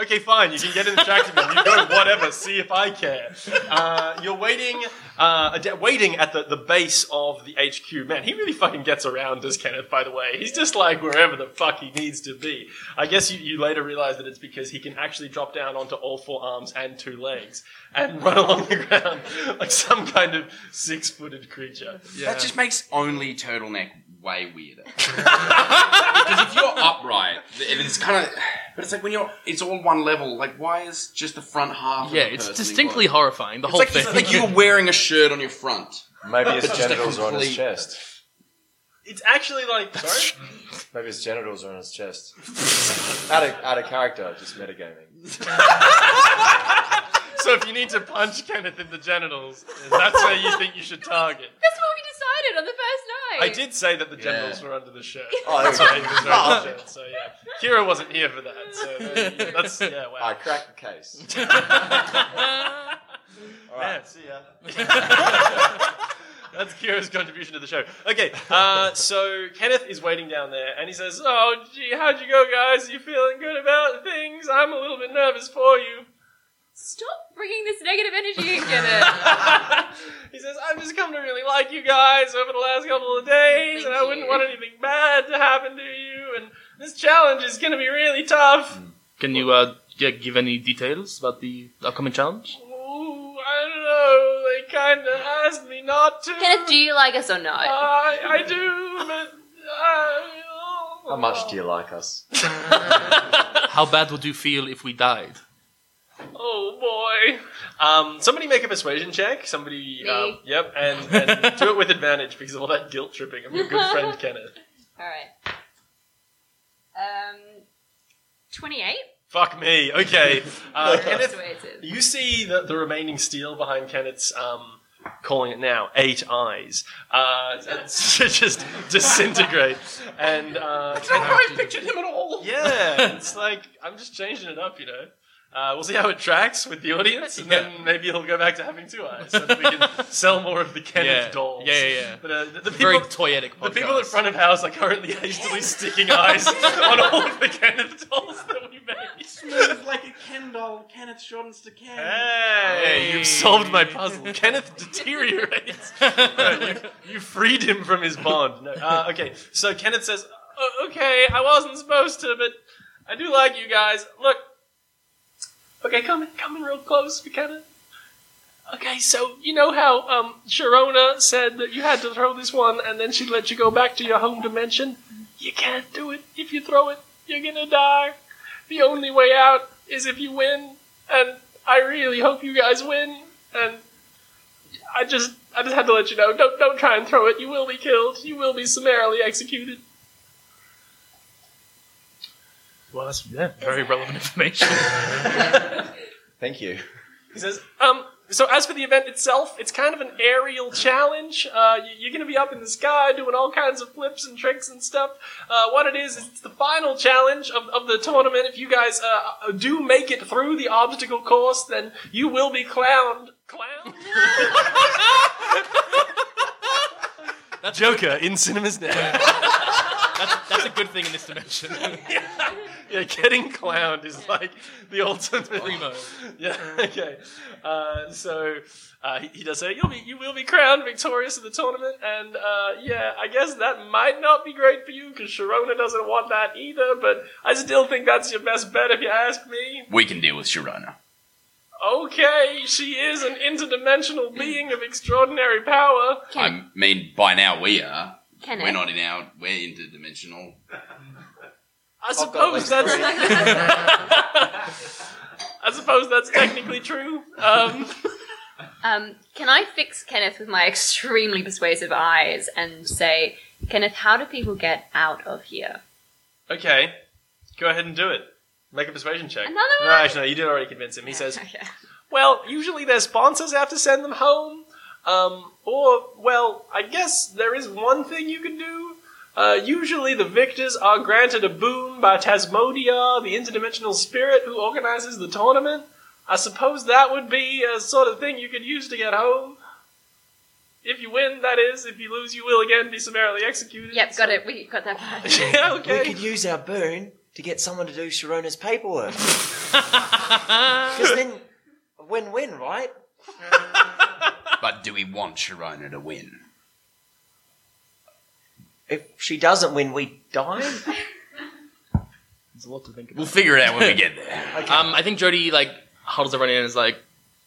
Speaker 1: Okay, fine. You can get in the tractor beam. You go, whatever. See if I care. Uh, you're waiting, uh, a de- waiting at the, the base of the HQ. Man, he really fucking gets around, does Kenneth? By the way, he's just like wherever the fuck he needs to be. I guess you, you later realize that it's because he can actually drop down onto all four arms and two legs and run along the ground like some kind of six-footed creature.
Speaker 4: That just makes only turtleneck way weirder. because if you're upright, th- it's kind of. But it's like when you're, it's all one level. Like, why is just the front half? of
Speaker 2: yeah,
Speaker 4: the
Speaker 2: it's
Speaker 4: person
Speaker 2: distinctly
Speaker 4: equal?
Speaker 2: horrifying. The whole
Speaker 4: It's like,
Speaker 2: thing.
Speaker 4: it's like you're wearing a shirt on your front.
Speaker 6: Maybe his
Speaker 4: Just a
Speaker 6: genitals are on his
Speaker 4: complete-
Speaker 6: chest.
Speaker 1: It's actually like sorry.
Speaker 6: Maybe his genitals are on his chest. out, of, out of character, just metagaming.
Speaker 1: So if you need to punch Kenneth in the genitals, that's where you think you should target.
Speaker 3: That's what we decided on the first night.
Speaker 1: I did say that the genitals
Speaker 4: Yeah.
Speaker 1: were under the shirt.
Speaker 6: Oh,
Speaker 1: That's why he was wearing the shirt. So yeah, Kira wasn't here for that. So there you go. that's yeah.
Speaker 6: I
Speaker 1: Wow.
Speaker 6: cracked the case.
Speaker 1: Yeah, see ya. That's Kira's contribution to the show. Okay, uh, so Kenneth is waiting down there, and he says, "Oh, gee, how'd you go, guys? You feeling good about things? I'm a little bit nervous for you."
Speaker 3: Stop bringing this negative energy in, Kenneth.
Speaker 1: he says, I've just come to really like you guys over the last couple of days, and I
Speaker 3: Thank
Speaker 1: wouldn't
Speaker 3: you.
Speaker 1: want anything bad to happen to you, and this challenge is going to be really tough.
Speaker 2: Can you uh, g- give any details about the upcoming challenge?
Speaker 1: Ooh, I don't know, they kind of asked me not to.
Speaker 3: Kenneth, do you like us or
Speaker 1: Uh,
Speaker 3: not?
Speaker 1: I, I do, but. Uh,
Speaker 6: How much do you like us?
Speaker 2: How bad would you feel if we died?
Speaker 1: Oh boy. Um, somebody make a persuasion check. Somebody.
Speaker 3: Me.
Speaker 1: Um, yep, and, and do it with advantage because of all that guilt tripping of your good friend Kenneth.
Speaker 3: All right. Um, twenty-eight.
Speaker 1: Fuck me. Okay. Uh,
Speaker 3: That's
Speaker 1: Kenneth,
Speaker 3: the way it is.
Speaker 1: You see the, the remaining steel behind Kenneth's, um, calling it now, eight eyes, uh, just disintegrate. And uh,
Speaker 4: I pictured him at all.
Speaker 1: yeah, it's like I'm just changing it up, you know. Uh, we'll see how it tracks with the audience, and then maybe he'll go back to having two eyes, so that we can sell more of the Kenneth
Speaker 2: Yeah.
Speaker 1: dolls.
Speaker 2: Yeah, yeah, yeah.
Speaker 1: But, uh, the, the
Speaker 2: Very
Speaker 1: people,
Speaker 2: toyetic podcast.
Speaker 1: the people at front of house are currently hastily sticking eyes on all of the Kenneth dolls that we made.
Speaker 4: like a Ken doll. Kenneth shortens to Ken.
Speaker 1: Hey,
Speaker 2: Hey.
Speaker 1: you've solved my puzzle. Kenneth deteriorates. Right, you, you freed him from his bond. No, uh, okay, so Kenneth says, "O- "Okay, I wasn't supposed to, but I do like you guys. Look, okay, come in, come in real close, Kenneth. Okay, so you know how um, Sharona said that you had to throw this one and then she let you go back to your home dimension? You can't do it. If you throw it, you're gonna die. The only way out is if you win, and I really hope you guys win. And I just, I just had to let you know. Don't, don't try and throw it. You will be killed. You will be summarily executed.
Speaker 2: Well, that's yeah, very relevant information.
Speaker 5: Thank you.
Speaker 1: He says, um, so as for the event itself, it's kind of an aerial challenge. Uh, you- you're going to be up in the sky doing all kinds of flips and tricks and stuff. Uh, what it is, is it's the final challenge of, of the tournament. If you guys uh, do make it through the obstacle course, then you will be clowned. Clown?
Speaker 7: Joker in cinemas now.
Speaker 2: that's, that's a good thing in this dimension.
Speaker 1: yeah, getting clowned is like the ultimate.
Speaker 2: Primo.
Speaker 1: Yeah. Okay. Uh, so uh, he, he does say you'll be you will be crowned victorious in the tournament, and uh, yeah, I guess that might not be great for you because Sharona doesn't want that either. But I still think that's your best bet if you ask me.
Speaker 4: We can deal with Sharona.
Speaker 1: Okay, she is an interdimensional being of extraordinary power.
Speaker 4: I mean, by now we are.
Speaker 3: Can
Speaker 4: We're
Speaker 3: it?
Speaker 4: not in our. We're interdimensional.
Speaker 1: I suppose that's. I suppose that's technically true. Um,
Speaker 3: Um, can I fix Kenneth with my extremely persuasive eyes and say, Kenneth, how do people get out of here?
Speaker 1: okay, go ahead and do it. Make a persuasion check.
Speaker 3: Another one?
Speaker 1: No, actually, no, you did already convince him. He says,
Speaker 3: Okay.
Speaker 1: Well, usually their sponsors have to send them home. Um, or, well, I guess there is one thing you can do. Uh, usually the victors are granted a boon by Tasmodia, the interdimensional spirit who organizes the tournament. I suppose that would be a sort of thing you could use to get home. If you win, that is. If you lose, you will again be summarily executed.
Speaker 3: Yep, got it. We got that part.
Speaker 1: yeah,
Speaker 5: We
Speaker 1: okay.
Speaker 5: could use our boon to get someone to do Sharona's paperwork. Because then, a win-win, right?
Speaker 4: But do we want Sharona to win?
Speaker 5: If she doesn't win, we die.
Speaker 2: There's a lot to think about.
Speaker 4: We'll figure it out when we get there.
Speaker 2: Um, I think Jody like huddles everyone in and is like,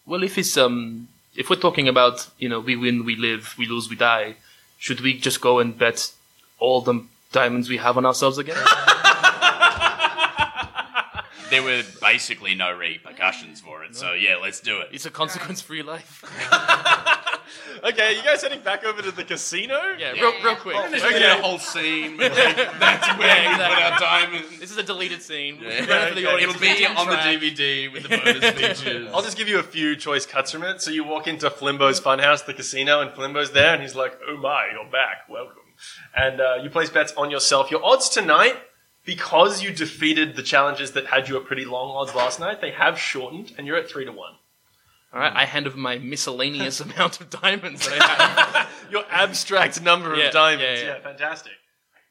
Speaker 2: "Well, if it's um, if we're talking about you know we win, we live, we lose, we die, should we just go and bet all the diamonds we have on ourselves again?"
Speaker 4: There were basically no repercussions for it, so yeah, let's do it.
Speaker 2: it's a consequence-free life.
Speaker 1: Okay, you guys heading back over to the casino?
Speaker 2: Yeah, real, real quick.
Speaker 4: Okay. a whole scene. Like, that's where we put our diamonds.
Speaker 2: This is a deleted scene.
Speaker 4: Yeah,
Speaker 2: For
Speaker 1: okay.
Speaker 2: the audience,
Speaker 4: It'll be
Speaker 2: it's
Speaker 4: on the
Speaker 2: track.
Speaker 4: DVD with the bonus features.
Speaker 1: I'll just give you a few choice cuts from it. So you walk into Flimbo's Funhouse, the casino, and Flimbo's there, and he's like, "Oh my, you're back, welcome." And uh, you place bets on yourself. Your odds tonight, because you defeated the challenges that had you at pretty long odds last night, they have shortened, and you're at three to one.
Speaker 2: All right, I hand over my miscellaneous amount of diamonds that I have.
Speaker 1: Your abstract number
Speaker 2: Yeah,
Speaker 1: of diamonds,
Speaker 2: yeah,
Speaker 1: yeah,
Speaker 2: yeah.
Speaker 1: fantastic.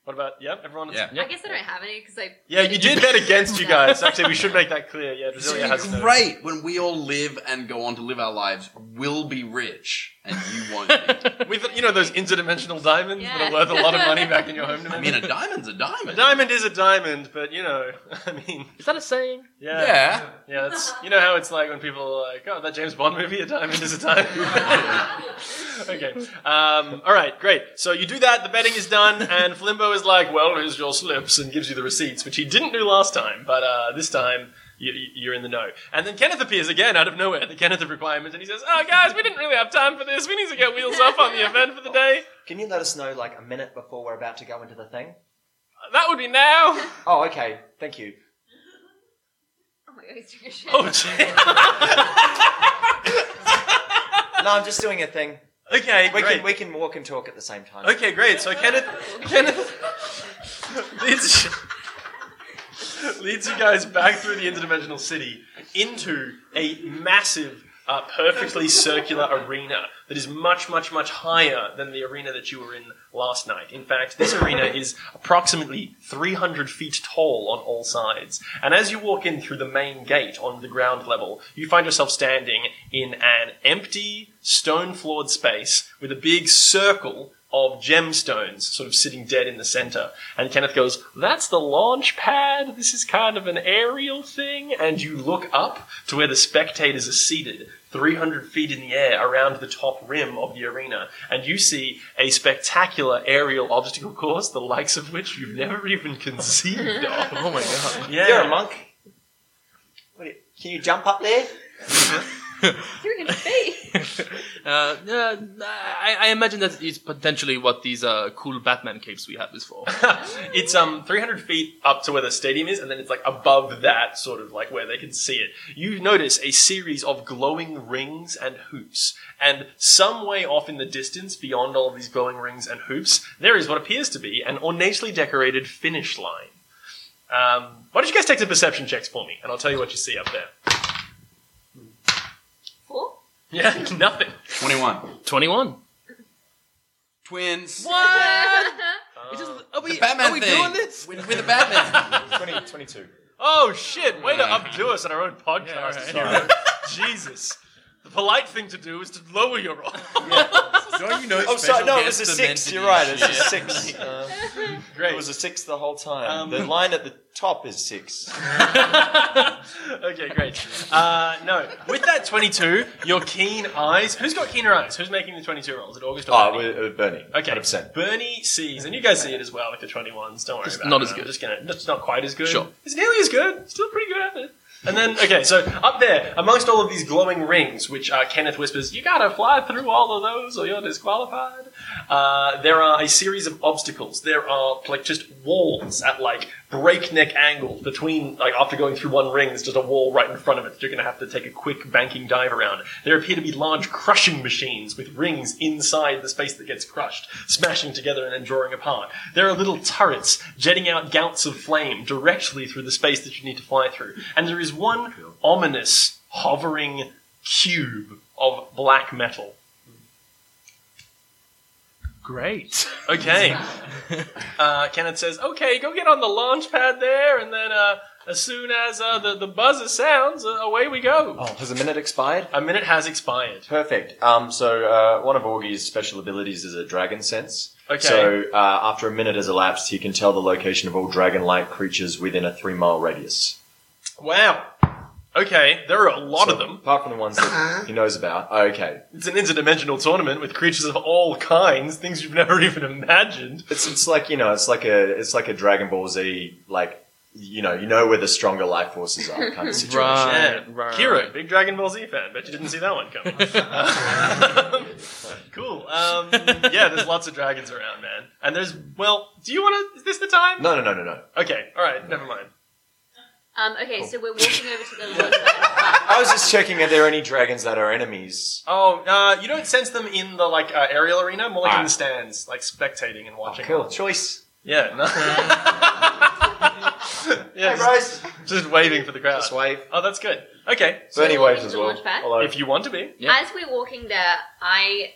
Speaker 1: What about yeah? Everyone,
Speaker 4: Yeah.
Speaker 3: I guess I don't have any because I.
Speaker 1: yeah. You did bet against you guys. Actually, we should make that clear. Yeah, Brasilia has no.
Speaker 4: great when we all live and go on to live our lives. We'll be rich, and you won't. be.
Speaker 1: With you know those interdimensional diamonds that
Speaker 3: Yeah.
Speaker 1: are worth a lot of money back in your home
Speaker 4: I
Speaker 1: dimension.
Speaker 4: mean, a diamond's a diamond.
Speaker 1: Diamond is a diamond, but you know, I mean,
Speaker 2: Is that a saying?
Speaker 4: Yeah.
Speaker 1: Yeah, that's you know how it's like when people are like, oh, that James Bond movie, A Diamond is a Diamond. okay. Um, all right, great. So you do that, the betting is done, and Flimbo is like, well, here's your slips, and gives you the receipts, which he didn't do last time, but uh, this time you, you- you're in the know. And then Kenneth appears again out of nowhere, the Kenneth of requirements, and he says, oh, guys, we didn't really have time for this. We need to get wheels up on the event for the day.
Speaker 5: Can you let us know like a minute before we're about to go into the thing?
Speaker 1: That would be now.
Speaker 5: Oh, okay. Thank you.
Speaker 3: Oh my god, he's doing a shit.
Speaker 1: Oh, gee.
Speaker 5: No, I'm just doing a thing.
Speaker 1: okay,
Speaker 5: We
Speaker 1: great.
Speaker 5: can we can walk and talk at the same time.
Speaker 1: Okay, great. So Kenneth, Kenneth leads leads you guys back through the interdimensional city into a massive, uh, perfectly circular arena that is much, much, much higher than the arena that you were in last night. In fact, this arena is approximately 300 feet tall on all sides. And as you walk in through the main gate on the ground level, you find yourself standing in an empty, stone-floored space with a big circle of gemstones sort of sitting dead in the center. And Kenneth goes, That's the launch pad. This is kind of an aerial thing. And you look up to where the spectators are seated. 300 feet in the air around the top rim of the arena, and you see a spectacular aerial obstacle course, the likes of which you've never even conceived of.
Speaker 2: Oh my god.
Speaker 1: Yeah.
Speaker 5: You're a monk. What do you- Can you jump up there?
Speaker 3: You're gonna be.
Speaker 2: Uh, yeah, I, I imagine that is potentially what these uh, cool Batman capes we have is for.
Speaker 1: it's um 300 feet up to where the stadium is, and then it's like above that, sort of like where they can see it. You notice a series of glowing rings and hoops, and some way off in the distance, beyond all of these glowing rings and hoops, there is what appears to be an ornately decorated finish line. Um, why don't you guys take some perception checks for me, and I'll tell you what you see up there.
Speaker 3: Four?
Speaker 1: Yeah, nothing.
Speaker 4: 21.
Speaker 2: 21.
Speaker 4: Twins.
Speaker 2: It's just- are we,
Speaker 4: Batman
Speaker 2: are we
Speaker 4: thing.
Speaker 2: doing this?
Speaker 4: We're, we're the Batman.
Speaker 6: 20, 22.
Speaker 1: Oh shit! Way to updo us on our own podcast.
Speaker 2: Yeah, alright.
Speaker 1: hero. Jesus. The polite thing to do is to lower your roll.
Speaker 4: Don't you know
Speaker 5: Oh, sorry, no, it was a six. You're right, it's a six. Um,
Speaker 1: Great.
Speaker 5: it was a six the whole time.
Speaker 1: Um,
Speaker 5: the line at the top is six.
Speaker 1: okay, great. Uh, no, with that 22, your keen eyes. Who's got keener eyes? Who's making the 22 rolls? At August or
Speaker 6: Oh,
Speaker 1: Bernie?
Speaker 6: we're, uh, Bernie.
Speaker 1: Okay,
Speaker 6: 100%.
Speaker 1: Bernie sees, and you guys see it as well with the 21s. Don't worry about
Speaker 2: not
Speaker 1: it.
Speaker 2: as
Speaker 1: I'm
Speaker 2: good.
Speaker 1: just gonna, it's not quite as good.
Speaker 2: Sure.
Speaker 1: It's nearly as good. Still pretty good at it. And then, okay, so up there, amongst all of these glowing rings, which uh, Kenneth whispers, you gotta fly through all of those or you're disqualified, uh, there are a series of obstacles. There are, like, just walls at, like, breakneck angles between, like, after going through one ring, there's just a wall right in front of it that you're gonna have to take a quick banking dive around. There appear to be large crushing machines with rings inside the space that gets crushed, smashing together and then drawing apart. There are little turrets jetting out gouts of flame directly through the space that you need to fly through. And there is one ominous hovering cube of black metal.
Speaker 2: Great.
Speaker 1: Okay. uh, Kenneth says, okay, go get on the launch pad there, and then uh, as soon as uh, the, the buzzer sounds, uh, away we go.
Speaker 5: Oh, has a minute expired?
Speaker 1: A minute has expired.
Speaker 6: Perfect. Um, so uh, one of Augie's special abilities is a dragon sense.
Speaker 1: Okay.
Speaker 6: So uh, after a minute has elapsed, he can tell the location of all dragon-like creatures within a three-mile radius.
Speaker 1: Wow. Okay, there are a lot of
Speaker 6: So,
Speaker 1: them.
Speaker 6: apart from the ones that he knows about. oh, Okay,
Speaker 1: It's an interdimensional tournament with creatures of all kinds, things you've never even imagined.
Speaker 6: it's it's like you know, it's like a it's like a Dragon Ball Z like you know you know where the stronger life forces are kind of situation.
Speaker 2: Right,
Speaker 1: Yeah.
Speaker 2: right.
Speaker 1: Kira, big Dragon Ball Z fan. Bet you didn't see that one coming. cool. Um, yeah, there's lots of dragons around, man. And there's, well, do you want to, is this the time?
Speaker 6: No, no, no, no, no.
Speaker 1: Okay, alright, never mind.
Speaker 3: Um, okay, so we're walking over to the launch pad.
Speaker 6: I was just checking are there any dragons that are enemies?
Speaker 1: Oh, uh, you don't sense them in the, like, uh, aerial arena, more like in
Speaker 6: Ah.
Speaker 1: the stands, like, spectating and
Speaker 6: Oh,
Speaker 1: watching.
Speaker 5: Cool. Choice.
Speaker 1: Yeah, no. yeah,
Speaker 5: Hey,
Speaker 1: just,
Speaker 5: bros.
Speaker 1: just waving for the crowd.
Speaker 5: Just wave.
Speaker 1: Oh, that's good. Okay.
Speaker 6: Bernie waves as
Speaker 3: the
Speaker 6: well.
Speaker 3: launch pad?
Speaker 6: Hello.
Speaker 1: If you want to be.
Speaker 2: Yeah.
Speaker 3: As we're walking there, I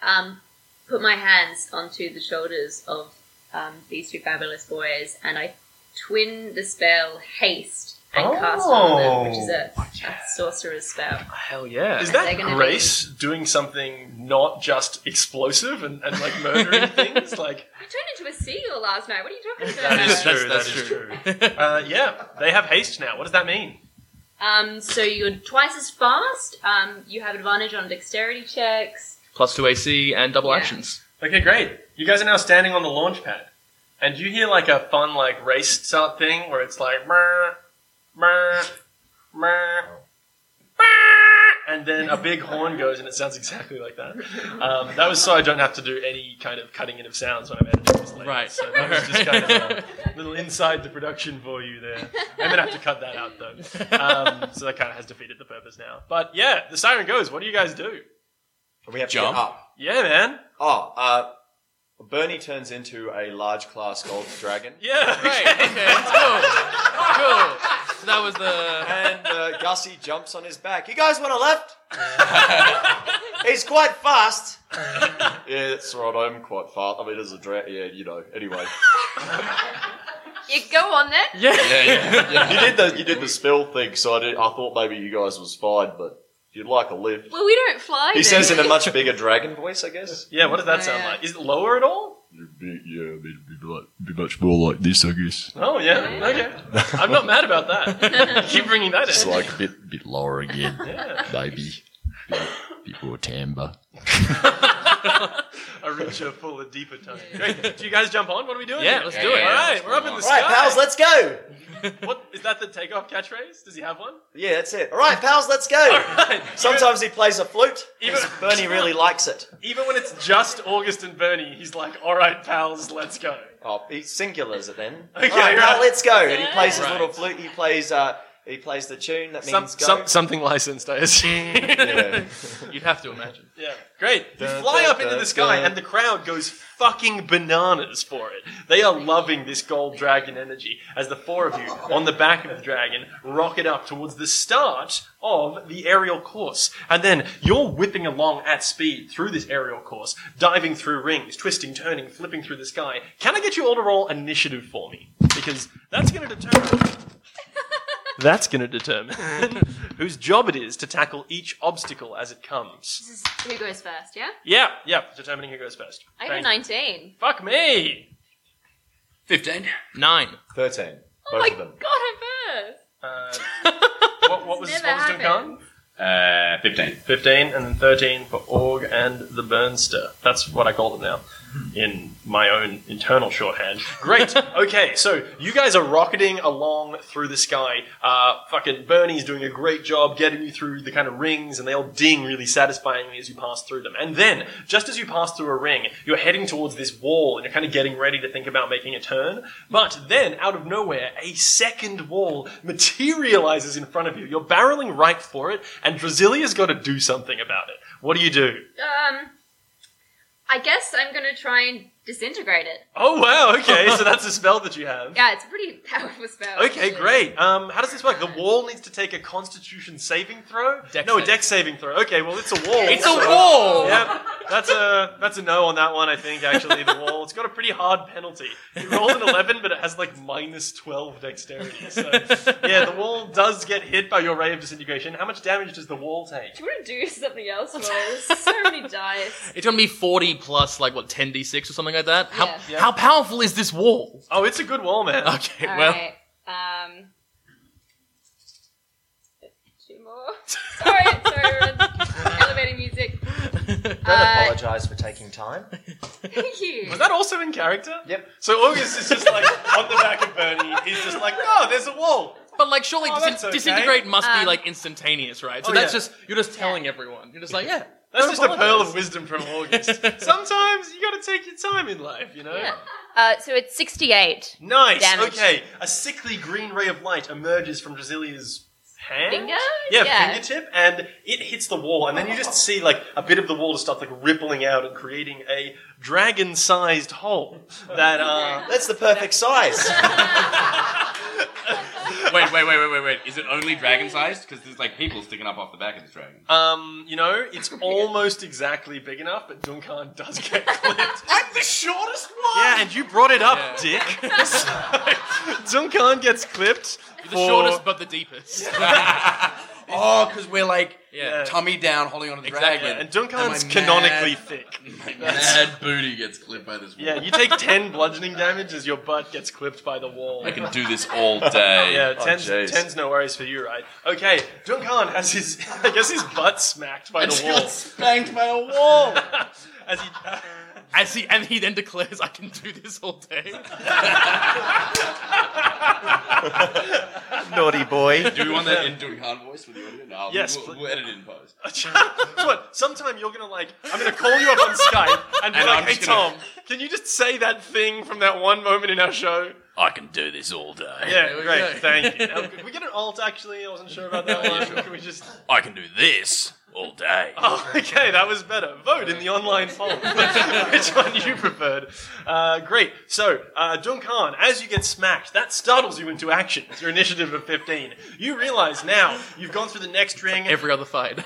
Speaker 3: um, put my hands onto the shoulders of um, these two fabulous boys, and I twin the spell haste and cast on
Speaker 1: Oh.
Speaker 3: them, which is a, a sorcerer's spell.
Speaker 2: Hell yeah.
Speaker 1: Is
Speaker 3: They're
Speaker 1: that
Speaker 3: gonna
Speaker 1: Grace doing something not just explosive and, and like murdering things? Like
Speaker 3: I turned into a seagull last night. What are you talking about?
Speaker 1: that is
Speaker 2: That's-
Speaker 1: true.
Speaker 2: that's
Speaker 1: that is
Speaker 2: true.
Speaker 1: true. Uh, yeah, they have haste now. What does that mean?
Speaker 3: Um, so you're twice as fast. Um, you have advantage on dexterity checks.
Speaker 2: Plus 2 AC and double
Speaker 3: Yeah.
Speaker 2: actions.
Speaker 1: Okay, great. You guys are now standing on the launch pad, and you hear like a fun like race start thing where it's like mer, mer, mer. And then a big horn goes, and it sounds exactly like that. Um, that was so I don't have to do any kind of cutting in of sounds when I'm editing this. Later.
Speaker 2: Right.
Speaker 1: So that was just kind of a little inside the production for you there. I'm gonna have to cut that out though. Um, so that kind of has defeated the purpose now. But yeah, the siren goes. What do you guys do?
Speaker 6: we have
Speaker 4: Jump.
Speaker 6: to get up.
Speaker 1: Yeah, man.
Speaker 6: Oh, uh, Bernie turns into a large class gold dragon.
Speaker 1: Yeah.
Speaker 2: Right, okay, let's go. Cool. So that was the.
Speaker 6: And uh, Gussie jumps on his back. You guys want a left? He's quite fast. yeah, that's right. I'm quite fast. I mean, as a dra- yeah, you know. Anyway,
Speaker 3: You go on then.
Speaker 4: Yeah, yeah, yeah.
Speaker 6: you did the you did the spell thing, so I did, I thought maybe you guys was fine, but if you'd like a lift.
Speaker 3: Well, we don't fly.
Speaker 6: He
Speaker 3: then.
Speaker 6: says in a much bigger dragon voice, I guess.
Speaker 1: Yeah, what does that sound
Speaker 3: Yeah.
Speaker 1: like? Is it lower at all?
Speaker 8: yeah, it'd be, like, be much more like this, I guess.
Speaker 1: Oh yeah, okay. I'm not mad about that. Keep bringing that in.
Speaker 8: It's like a bit, bit lower again,
Speaker 1: yeah.
Speaker 8: maybe. bit more timbre.
Speaker 1: A richer, fuller, deeper tone. Great. Do you guys jump on? What are we doing?
Speaker 2: Yeah,
Speaker 1: here?
Speaker 2: let's
Speaker 4: Yeah,
Speaker 2: do
Speaker 4: yeah,
Speaker 2: it.
Speaker 4: yeah.
Speaker 1: All right, we're up in the
Speaker 4: All
Speaker 5: All
Speaker 1: sky.
Speaker 5: right, pals, let's go.
Speaker 1: What is that? The takeoff catchphrase? Does he have one?
Speaker 5: Yeah, that's it. All right, pals, let's go. Sometimes he plays a flute.
Speaker 1: Even-
Speaker 5: Bernie really likes it.
Speaker 1: Even when it's just August and Bernie, he's like, "All right, pals, let's go."
Speaker 5: Oh, he singulars it then.
Speaker 1: Okay,
Speaker 5: All right,
Speaker 1: right.
Speaker 5: pal, let's go. And he plays his
Speaker 1: Right.
Speaker 5: little flute. He plays. Uh, he plays the tune. That means
Speaker 1: Some,
Speaker 5: go.
Speaker 1: some, something licensed, I assume.
Speaker 6: Yeah.
Speaker 2: You'd have to imagine.
Speaker 1: Yeah, great. You
Speaker 6: Dun,
Speaker 1: fly
Speaker 6: dun,
Speaker 1: up into
Speaker 6: dun,
Speaker 1: the sky,
Speaker 6: dun.
Speaker 1: and the crowd goes fucking bananas for it. They are loving this gold dragon energy as the four of you on the back of the dragon rocket up towards the start of the aerial course. And then you're whipping along at speed through this aerial course, diving through rings, twisting, turning, flipping through the sky. Can I get you all to roll initiative for me? Because that's going to determine. That's going to determine whose job it is to tackle each obstacle as it comes.
Speaker 3: This is who goes first, yeah?
Speaker 1: Yeah, yeah. Determining who goes first.
Speaker 3: I got a
Speaker 1: Thank-
Speaker 3: 19.
Speaker 1: Fuck me.
Speaker 4: Fifteen.
Speaker 2: Nine.
Speaker 6: 13.
Speaker 3: Oh
Speaker 6: Both
Speaker 3: my
Speaker 6: of
Speaker 3: god,
Speaker 6: them.
Speaker 3: I'm first!
Speaker 1: Uh, what, what was
Speaker 3: Never
Speaker 1: what was
Speaker 3: happened.
Speaker 1: Duncan?
Speaker 4: Uh, fifteen.
Speaker 1: Fifteen and then thirteen for Org and the Burnster. That's what I call them now, in my own internal shorthand. Great. okay, so you guys are rocketing along through the sky. Uh, fucking Bernie's doing a great job getting you through the kind of rings, and they all ding really satisfyingly as you pass through them. And then, just as you pass through a ring, you're heading towards this wall, and you're kind of getting ready to think about making a turn. But then, out of nowhere, a second wall materializes in front of you. You're barreling right for it, and Drasilia's got to do something about it. What do you do?
Speaker 3: Um, I guess I'm gonna try and disintegrate it.
Speaker 1: Oh wow, okay, so that's a spell that you have.
Speaker 3: Yeah, it's a pretty powerful spell.
Speaker 1: Okay,
Speaker 3: actually.
Speaker 1: great. Um, how does this work? The wall needs to take a Constitution saving throw.
Speaker 2: Dex
Speaker 1: no, a
Speaker 2: save.
Speaker 1: Dex saving throw. Okay, well it's a wall.
Speaker 2: It's
Speaker 1: so-
Speaker 2: a wall!
Speaker 1: Yep, that's a that's a no on that one. I think actually the wall. It's got a pretty hard penalty. You rolled an eleven, but it has like minus twelve dexterity. So yeah, the wall does get hit by your ray of disintegration. How much damage does the wall take?
Speaker 3: Do you want to do something else? Well, there's so many dice.
Speaker 2: It's gonna be 40 plus, like, what, 10d6 or something like that? How,
Speaker 3: Yeah.
Speaker 1: Yeah.
Speaker 2: how powerful is this wall?
Speaker 1: Oh, it's a good wall, man.
Speaker 2: Okay,
Speaker 3: All
Speaker 2: well,
Speaker 3: right. Um, two more. Sorry, sorry, we're on elevator music.
Speaker 5: Don't
Speaker 3: Uh,
Speaker 5: apologise for taking time.
Speaker 3: Thank you.
Speaker 1: Was that also in character?
Speaker 5: Yep.
Speaker 1: So August is just like on the back of Bernie. He's just like, oh, there's a wall.
Speaker 2: but like, surely
Speaker 1: Oh,
Speaker 2: dis-
Speaker 1: that's okay.
Speaker 2: disintegrate must
Speaker 3: Um,
Speaker 2: be like instantaneous, right? So
Speaker 1: Oh,
Speaker 2: that's
Speaker 1: yeah.
Speaker 2: just you're just telling everyone. You're just like, yeah,
Speaker 1: That's
Speaker 2: don't
Speaker 1: just a pearl
Speaker 2: apologize.
Speaker 1: of wisdom from August. Sometimes you gotta take your time in life, you know?
Speaker 3: Yeah. Uh, so it's 68.
Speaker 1: Nice!
Speaker 3: Damage.
Speaker 1: Okay, a sickly green ray of light emerges from Drasilia's hand?
Speaker 3: Finger?
Speaker 1: Yeah,
Speaker 3: Yeah.
Speaker 1: fingertip, and it hits the wall, and then you just see like a bit of the wall just start like rippling out and creating a dragon-sized hole that uh,
Speaker 5: That's the perfect size.
Speaker 4: Wait, wait, wait, wait, wait, wait. Is it only dragon sized? Because there's like people sticking up off the back of this dragon.
Speaker 1: um, you know, it's almost exactly big enough, but Duncan does get clipped.
Speaker 4: I'm the shortest one.
Speaker 1: Yeah, and you brought it up, Dick. so, Duncan gets clipped.
Speaker 2: the shortest but the deepest.
Speaker 4: Oh, because we're like
Speaker 2: Yeah.
Speaker 4: tummy down, holding onto the
Speaker 2: Exactly.
Speaker 4: dragon.
Speaker 1: And Duncan's
Speaker 4: And my
Speaker 1: canonically
Speaker 4: mad-
Speaker 1: thick.
Speaker 4: my mad booty gets clipped by this.
Speaker 1: Yeah,
Speaker 4: wall.
Speaker 1: you take 10 bludgeoning damage as your butt gets clipped by the wall.
Speaker 4: I can do this all day.
Speaker 1: Yeah,
Speaker 6: Oh,
Speaker 1: ten's,
Speaker 6: jeez.
Speaker 1: ten's no worries for you, right? Okay, Duncan has his, I guess his butt smacked by
Speaker 4: I just
Speaker 1: the
Speaker 4: got
Speaker 1: wall.
Speaker 4: spanked by a wall.
Speaker 1: As he,
Speaker 2: As he and he then declares, "I can do this all day."
Speaker 5: Naughty boy.
Speaker 4: do we want that in Duncan voice for the audio? No, we-
Speaker 1: Yes,
Speaker 4: we'll,
Speaker 1: please.
Speaker 4: we'll edit it in post.
Speaker 1: what? Sometime you're gonna like, I'm gonna call you up on Skype and be
Speaker 4: And
Speaker 1: like,
Speaker 4: I'm
Speaker 1: hey
Speaker 4: just gonna-
Speaker 1: Tom, can you just say that thing from that one moment in our show?
Speaker 4: I can do this all day.
Speaker 1: Yeah,
Speaker 2: we
Speaker 1: great.
Speaker 2: go.
Speaker 1: Thank you. Now, could we get an alt actually? I wasn't sure about that one. Can we just?
Speaker 4: I can do this all day.
Speaker 1: Oh, okay, that was better. Vote in the online poll. Which one you preferred? Uh, great. So, uh, Duncan, as you get smacked, that startles you into action. It's your initiative of 15. You realize now you've gone through the next ring.
Speaker 2: Every other fight.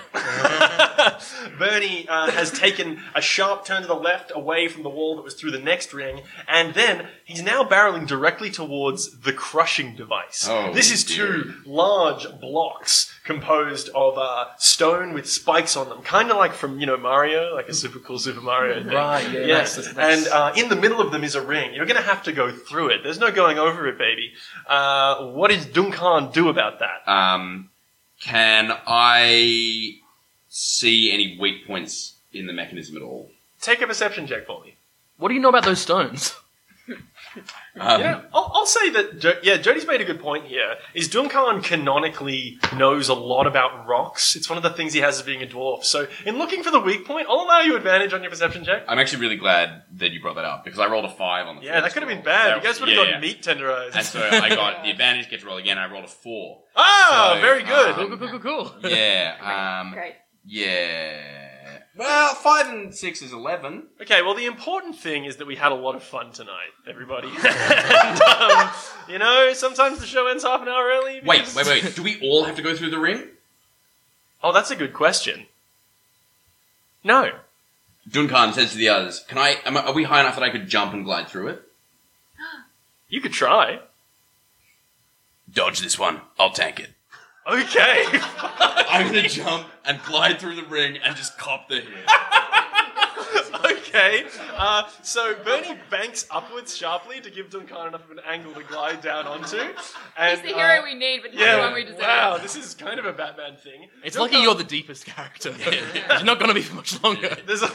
Speaker 1: Bernie uh, has taken a sharp turn to the left away from the wall that was through the next ring, and then he's now barreling directly towards the crushing device.
Speaker 4: Oh,
Speaker 1: this is two large blocks composed of uh, stone with spikes on them, kind of like from you know Mario, like a super cool Super Mario. Thing. Right. Yeah. And uh, in the middle of them is a ring. You're going to have to go through it. There's no going over it, baby. Uh, what does Duncan do about that?
Speaker 4: Um, can Um, I see any weak points in the mechanism at all.
Speaker 1: Take a perception check for me.
Speaker 2: What do you know about those stones?
Speaker 4: Um,
Speaker 1: Yeah, I'll, I'll say that. Jo- yeah, Jody's made a good point here. Is Duncan canonically knows a lot about rocks? It's one of the things he has as being a dwarf. So, in looking for the weak point, I'll allow you advantage on your perception check.
Speaker 4: I'm actually really glad that you brought that up because I rolled a five on the.
Speaker 1: Yeah, that
Speaker 4: first
Speaker 1: could have been
Speaker 4: roll.
Speaker 1: bad.
Speaker 4: That-
Speaker 1: You guys would have
Speaker 4: yeah,
Speaker 1: got
Speaker 4: yeah.
Speaker 1: meat
Speaker 4: And
Speaker 1: tenderized.
Speaker 4: so I got the advantage, get to roll again. I rolled a four.
Speaker 1: Ah,
Speaker 4: So,
Speaker 1: very good.
Speaker 4: um,
Speaker 2: cool, cool, cool, cool. cool.
Speaker 4: Yeah. Um,
Speaker 3: Great.
Speaker 4: Yeah. Well, five and six is eleven.
Speaker 1: Okay, well, the important thing is that we had a lot of fun tonight, everybody. and, um, you know, sometimes the show ends half an hour early.
Speaker 4: Wait,
Speaker 1: because-
Speaker 4: wait, wait. Do we all have to go through the ring?
Speaker 1: Oh, that's a good question. No.
Speaker 4: Duncan says to the others, "Can I? Am I are we high enough that I could jump and glide through it?
Speaker 1: You could try.
Speaker 4: Dodge this one. I'll tank it.
Speaker 1: Okay.
Speaker 4: I'm gonna jump and glide through the ring and just cop the hit.
Speaker 1: okay. Uh, so Bernie banks upwards sharply to give Duncan enough of an angle to glide down onto. And,
Speaker 3: He's the
Speaker 1: uh,
Speaker 3: hero we need, but not
Speaker 1: yeah,
Speaker 3: the one we deserve.
Speaker 1: wow, this is kind of a Batman thing.
Speaker 2: It's lucky you're the deepest character. You're not going to be for much longer.
Speaker 1: There's a.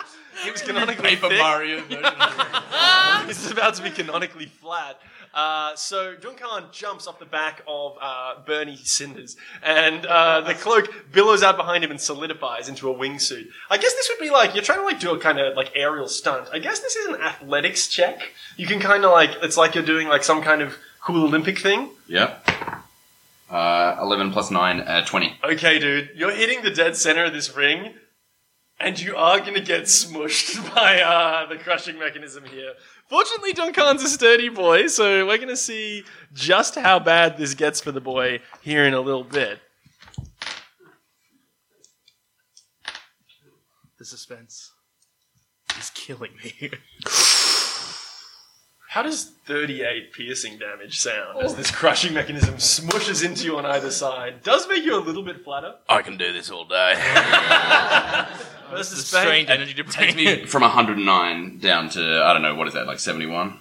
Speaker 1: He was canonically
Speaker 4: Paper
Speaker 1: thick.
Speaker 4: Mario.
Speaker 1: This is about to be canonically flat. Uh, so Duncan jumps off the back of uh, Bernie Cinders, and uh, the cloak billows out behind him and solidifies into a wingsuit. I guess this would be like you're trying to like do a kind of like aerial stunt. I guess this is an athletics check. You can kind of like it's like you're doing like some kind of cool Olympic thing.
Speaker 4: yeah. Uh, eleven plus nine, uh, twenty.
Speaker 1: Okay, dude, you're hitting the dead center of this ring, and you are gonna get smushed by uh, the crushing mechanism here. Fortunately, Duncan's a sturdy boy, so we're gonna see just how bad this gets for the boy here in a little bit.
Speaker 2: The suspense is killing me.
Speaker 1: How does 38 piercing damage sound as this crushing mechanism smushes into you on either side? Does make you a little bit flatter.
Speaker 4: I can do this all day.
Speaker 1: Versus
Speaker 2: It's strained energy to bring me.
Speaker 4: from 109 down to I don't know what is that like 71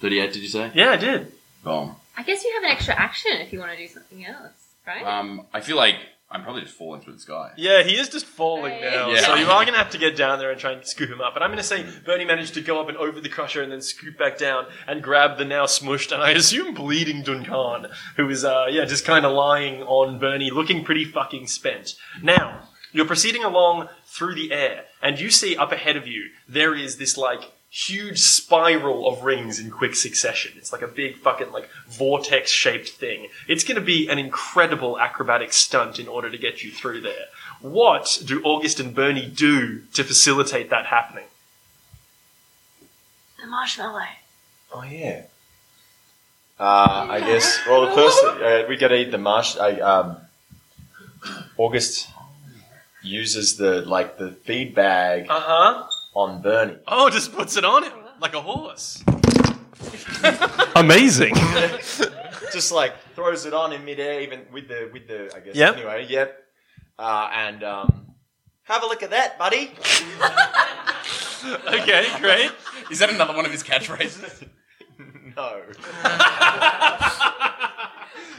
Speaker 4: 38 did you say
Speaker 1: Yeah, I did.
Speaker 4: Bomb.
Speaker 3: I guess you have an extra action if you want to do something else, right?
Speaker 4: um I feel like I'm probably just falling through the sky
Speaker 1: Yeah, he is just falling
Speaker 3: Hey.
Speaker 1: now.
Speaker 4: Yeah.
Speaker 1: So you are going to have to get down there and try and scoop him up. But I'm going to say Bernie managed to go up and over the crusher and then scoop back down and grab the now smushed and I assume bleeding Duncan, who is, uh, yeah, just kind of lying on Bernie, looking pretty fucking spent. Now, you're proceeding along through the air and you see up ahead of you, there is this like huge spiral of rings in quick succession. It's like a big fucking like vortex shaped thing. It's going to be an incredible acrobatic stunt in order to get you through there. What do August and Bernie do to facilitate that happening?
Speaker 3: The marshmallow.
Speaker 6: Oh yeah. Uh, I guess. Well, the first uh, we got to eat the marsh. I,
Speaker 5: uh,
Speaker 6: um, August uses the like the feed bag
Speaker 1: Uh huh.
Speaker 6: on Bernie.
Speaker 1: Oh, just puts it on him like a horse. Amazing.
Speaker 6: just like throws it on in midair, even with the with the I guess.
Speaker 1: Yep.
Speaker 6: Anyway, yep. Uh, and um,
Speaker 5: Have a look at that, buddy.
Speaker 1: okay, great.
Speaker 4: is that another one of his catchphrases
Speaker 6: no,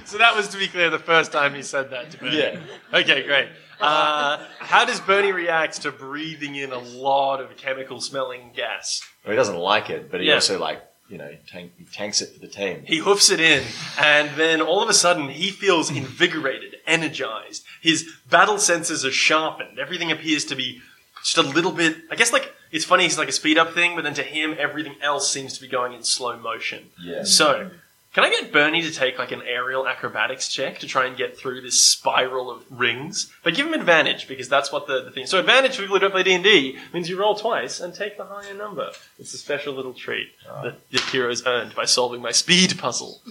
Speaker 1: So that was, to be clear, the first time he said that to Bernie.
Speaker 6: yeah.
Speaker 1: Okay, great. Uh, how does Bernie react to breathing in a lot of chemical smelling gas?
Speaker 6: Well, he doesn't like it, but he
Speaker 1: Yeah.
Speaker 6: also like you know tank, he tanks it for the team.
Speaker 1: He hoofs it in, and then all of a sudden he feels invigorated, energized. His battle senses are sharpened. Everything appears to be just a little bit. I guess like it's funny. He's like a speed up thing, but then to him everything else seems to be going in slow motion.
Speaker 6: Yeah.
Speaker 1: So. Can I get Bernie to take like an aerial acrobatics check to try and get through this spiral of rings? But give him advantage because that's what the, the thing. So advantage for people who don't play D and D means you roll twice and take the higher number. It's a special little treat
Speaker 2: Ah.
Speaker 1: that the heroes earned by solving my speed puzzle.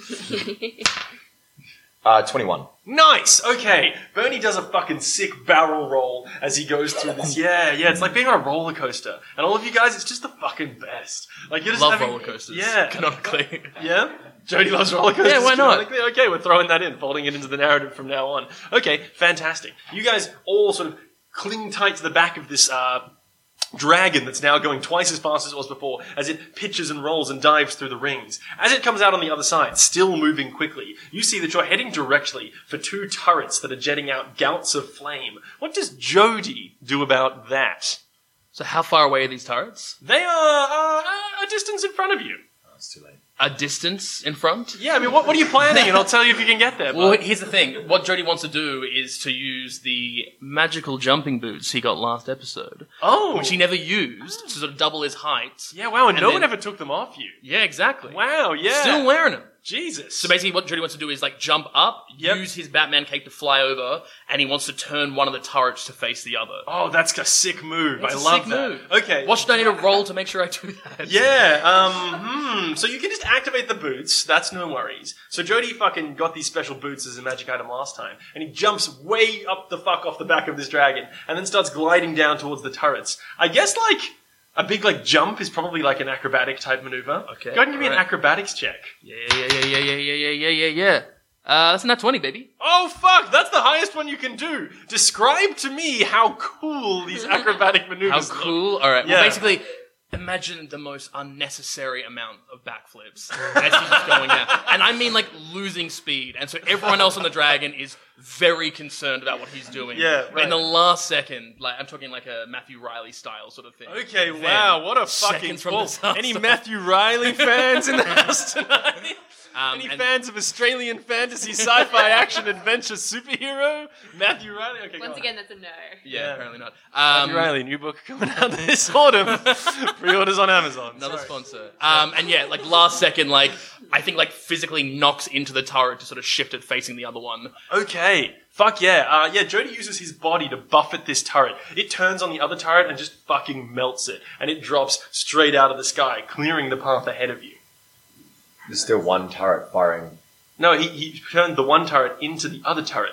Speaker 6: Uh, twenty one.
Speaker 1: Nice. Okay, Bernie does a fucking sick barrel roll as he goes through this. Yeah, yeah, it's like being on a roller coaster, and all of you guys, it's just the fucking best. Like you're just
Speaker 2: Love
Speaker 1: having,
Speaker 2: roller coasters.
Speaker 1: Yeah,
Speaker 2: Canonically.
Speaker 1: yeah. Jody loves roller coasters.
Speaker 2: Yeah, why not?
Speaker 1: canonically. Okay, we're throwing that in, folding it into the narrative from now on. Okay, fantastic. You guys all sort of cling tight to the back of this uh, dragon that's now going twice as fast as it was before as it pitches and rolls and dives through the rings. As it comes out on the other side, still moving quickly, you see that you're heading directly for two turrets that are jetting out gouts of flame. What does Jody do about that?
Speaker 2: So how far away are these turrets?
Speaker 1: They are uh, a distance in front of you.
Speaker 2: A distance in front?
Speaker 1: Yeah, I mean, what, what are you planning? And I'll tell you if you can get there.
Speaker 2: Well,
Speaker 1: bud.
Speaker 2: here's the thing. What Jody wants to do is to use the magical jumping boots he got last episode,
Speaker 1: oh,
Speaker 2: which he never used, to sort of double his height.
Speaker 1: yeah, wow, and, no
Speaker 2: then-
Speaker 1: one ever took them off you.
Speaker 2: Yeah, exactly.
Speaker 1: Wow, yeah.
Speaker 2: Still wearing them.
Speaker 1: Jesus.
Speaker 2: So basically, what Jody wants to do is like jump up,
Speaker 1: Yep.
Speaker 2: use his Batman cape to fly over, and he wants to turn one of the turrets to face the other.
Speaker 1: oh, that's a sick move.
Speaker 2: That's
Speaker 1: I
Speaker 2: a
Speaker 1: love
Speaker 2: sick
Speaker 1: that.
Speaker 2: move.
Speaker 1: Okay.
Speaker 2: What should I need to roll to make sure I do that?
Speaker 1: Yeah. Um. hmm. So you can just activate the boots. That's no worries. So Jody fucking got these special boots as a magic item last time, and he jumps way up the fuck off the back of this dragon, and then starts gliding down towards the turrets. I guess like a big like jump is probably like an acrobatic type maneuver. Go
Speaker 2: Okay,
Speaker 1: ahead and give me an
Speaker 2: alright.
Speaker 1: acrobatics check.
Speaker 2: Yeah, yeah, yeah, yeah, yeah, yeah, yeah, yeah, yeah, yeah. Uh, that's not twenty, baby.
Speaker 1: Oh fuck! That's the highest one you can do. Describe to me how cool these acrobatic
Speaker 2: How
Speaker 1: maneuvers. look.
Speaker 2: cool! All right.
Speaker 1: Yeah.
Speaker 2: Well, basically, imagine the most unnecessary amount of backflips as he's just going down, and I mean like losing speed. And so everyone else on the dragon is very concerned about what he's doing.
Speaker 1: Yeah, right.
Speaker 2: In the last second, like I'm talking like a Matthew Riley style sort of thing.
Speaker 1: Okay,
Speaker 2: Then,
Speaker 1: wow, what a fucking
Speaker 2: seconds from
Speaker 1: ball.
Speaker 2: disaster.
Speaker 1: Any Matthew Riley fans in the house tonight?
Speaker 2: Um,
Speaker 1: Any
Speaker 2: and-
Speaker 1: fans of Australian fantasy, sci-fi, action, adventure, superhero? Matthew Riley? Okay, go
Speaker 3: Once
Speaker 1: on.
Speaker 3: again, that's a no.
Speaker 2: Yeah,
Speaker 1: Yeah.
Speaker 2: apparently not.
Speaker 1: Matthew
Speaker 2: Um,
Speaker 1: Riley, new book coming out this autumn. Pre-orders on Amazon.
Speaker 2: another
Speaker 1: Sorry.
Speaker 2: sponsor. Um, and yeah, like last second, like I think like physically knocks into the turret to sort of shift it facing the other one.
Speaker 1: Okay. Fuck yeah. Uh, yeah, Jody uses his body to buffet this turret. It turns on the other turret and just fucking melts it. And it drops straight out of the sky, clearing the path ahead of you.
Speaker 6: There's still one turret firing.
Speaker 1: No, he, he turned the one turret into the other turret,